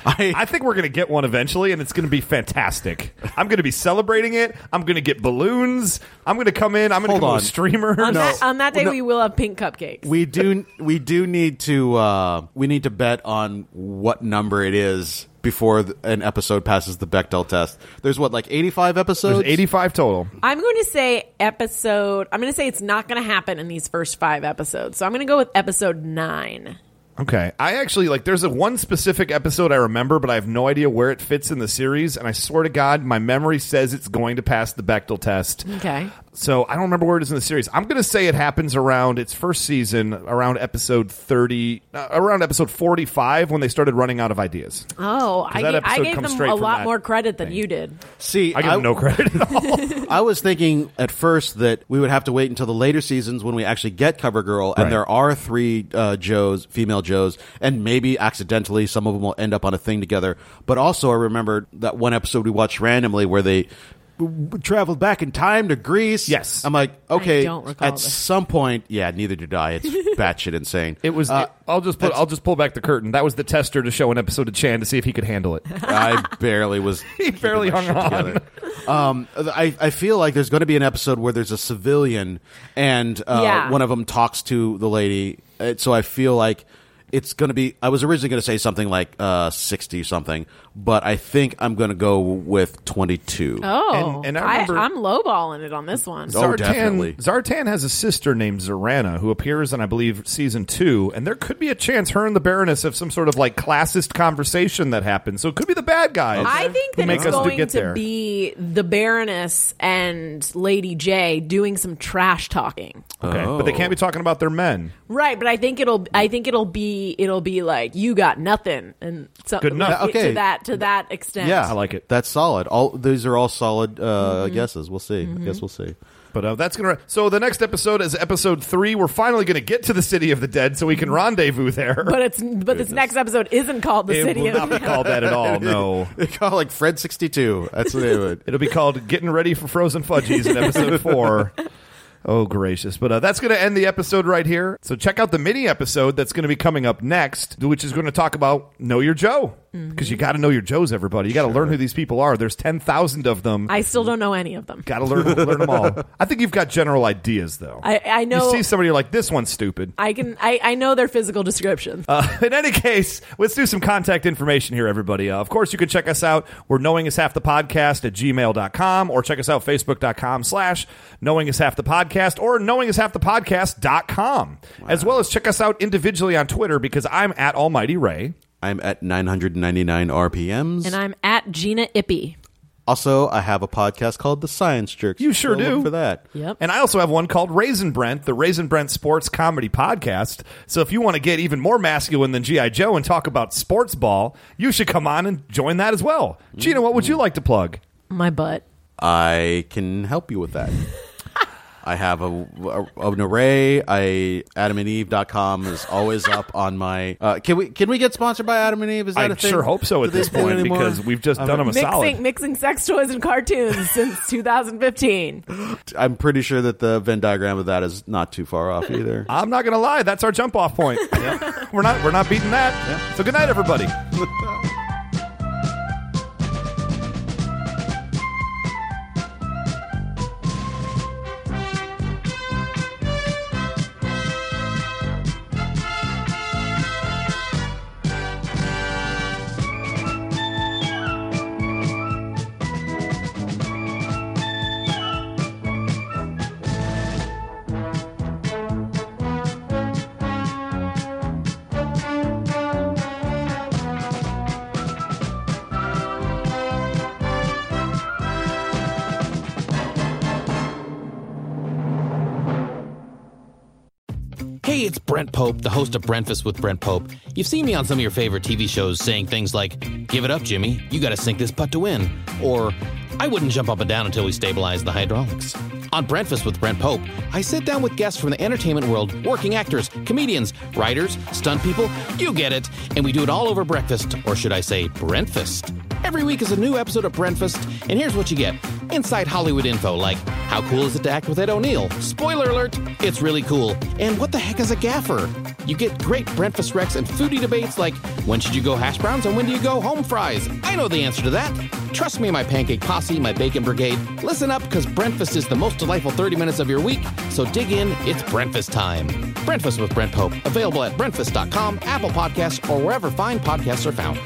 I think we're going to get one eventually, and it's going to be fantastic. I'm going to be celebrating it. I'm going to get balloons. I'm going to come in. I'm going to
Hold
come with
on.
streamers.
On, that, on that day,
No.
we will have pink
<laughs>
cupcakes.
we do we do need to uh, we need to bet on what number it is before th- an episode passes the Bechdel test. There's what like 85 episodes.
There's 85 total.
I'm going to say episode. I'm going to say it's not going to happen in these first five episodes. So I'm going to go with episode nine.
Okay. I actually like there's a one specific episode I remember, but I have no idea where it fits in the series, and I swear to God, my memory says it's going to pass the Bechtel test.
Okay.
So I don't remember where it is in the series. I'm going to say it happens around its first season, around episode 30, uh, around episode 45 when they started running out of ideas.
Oh, I,
that
gave- I
episode
gave
comes
them
straight
a
from
lot
that
more credit than
thing.
you did.
See,
I give them no credit at all.
I was thinking at first that we would have to wait until the later seasons when we actually get Cover Girl, and
Right.
there are three uh, Joes, female Joes, and maybe accidentally some of them will end up on a thing together. But also, I remembered that one episode we watched randomly where they w- traveled back in time to Greece.
Yes.
I'm like, okay.
don't recall
at
this.
some point, yeah, neither did I.
<laughs>
It's batshit insane. Uh,
It was. <laughs> I'll just put. I'll just pull back the curtain. That was the tester to show an episode of Chan to see if he could handle it.
I barely was.
<laughs> He barely
keeping my
hung
shit together. Um, I, I feel like there's going to be an episode where there's a civilian and uh,
Yeah.
one of them talks to the lady. Uh, So I feel like it's going to be. I was originally going to say something like uh, 60 something, but I think I'm going to go with 22.
Oh,
And- and I remember-
I, am lowballing it on this one.
Oh, definitely.
Zartan has a sister named Zorana who appears in, I believe, season two, and there could be a chance her and the Baroness have some sort of like classist conversation that happens. So it could be the bad guys.
I think
who
that
make
it's
us
going
to
to,
get there.
be the Baroness and Lady J doing some trash talking.
okay, but they
Oh.
can't be talking about their men.
Right, but I think it'll I think it'll be it'll be like you got nothing and something
Good enough.
like it-
Okay.
to that to that extent.
yeah,
I like it.
That's solid. All these are all solid uh,
Mm-hmm.
guesses. We'll see. I guess we'll see. <laughs>
But uh, that's gonna. So the next episode is episode three. We're finally gonna get to the city of the dead, so we can rendezvous there.
Mm-hmm. But it's but this next episode isn't called the
it
city
will
of
not be called that at all.
<laughs>
No,
They call it, like Fred sixty two. That's what they would. <laughs>
it'll be called "Getting Ready for Frozen Fudgies" in
<laughs>
episode four. Oh gracious! But uh, that's going to end the episode right here. So check out the mini episode that's going to be coming up next, which is going to talk about know your Joe
Mm-hmm.
because you got to know your Joes, everybody. You got to learn who these people are. There's ten thousand of them.
I still don't know any of them.
got to learn learn them
<laughs>
all. I think you've got general ideas though.
I, I know
you see somebody you're like this one's stupid.
I can I, I know their physical descriptions.
in any case, let's do some contact information here, everybody. Uh, of course, you can check us out. We're Knowing Is Half the Podcast at gmail.com or check us out facebook.com slash Knowing Is Half the Podcast or Knowing Is Half the Podcast.com. As well as check us out individually on Twitter because I'm at Almighty Ray.
I'm at nine hundred ninety nine RPMs.
and I'm at Gina Ippy.
Also, I have a podcast called The Science Jerks.
You sure
Go look
do.
for that.
Yep.
And I also have one called Raisin Brent, the Raisin Brent Sports Comedy Podcast. So if you want to get even more masculine than G.I. Joe and talk about sports ball, you should come on and join that as well. Gina, what would you like to plug?
My butt.
I can help you with that. I have a, a- an array. I adamandeve.com is always up on my. Uh, can we can we get sponsored by Adam and Eve? Is that
I
a thing?
sure hope so at
Do they
this
do it
point
anymore?
because we've just done them a
Mixing
solid.
mixing sex toys and cartoons since 2015.
I'm pretty sure that the Venn diagram of that is not too far
<laughs>
off either.
I'm not gonna lie, that's our jump off point. <laughs> we're not we're not beating that. So good night, everybody.
Hey, it's Brent Pope, the host of Breakfast with Brent Pope. You've seen me on some of your favorite TV shows saying things like, Give it up, Jimmy, you gotta sink this putt to win, or I wouldn't jump up and down until we stabilize the hydraulics. On Breakfast with Brent Pope, I sit down with guests from the entertainment world, working actors, comedians, writers, stunt people, you get it, and we do it all over breakfast, or should I say, Breakfast. Every week is a new episode of Breakfast, and here's what you get inside Hollywood info like how cool is it to act with Ed O'Neill? Spoiler alert, it's really cool. And what the heck is a gaffer? You get great breakfast recs and foodie debates like when should you go hash browns and when do you go home fries? I know the answer to that. Trust me, my pancake posse, my bacon brigade. Listen up, because breakfast is the most delightful 30 minutes of your week, so dig in, it's breakfast time. Breakfast with Brent Pope, available at breakfast.com, Apple Podcasts, or wherever fine podcasts are found.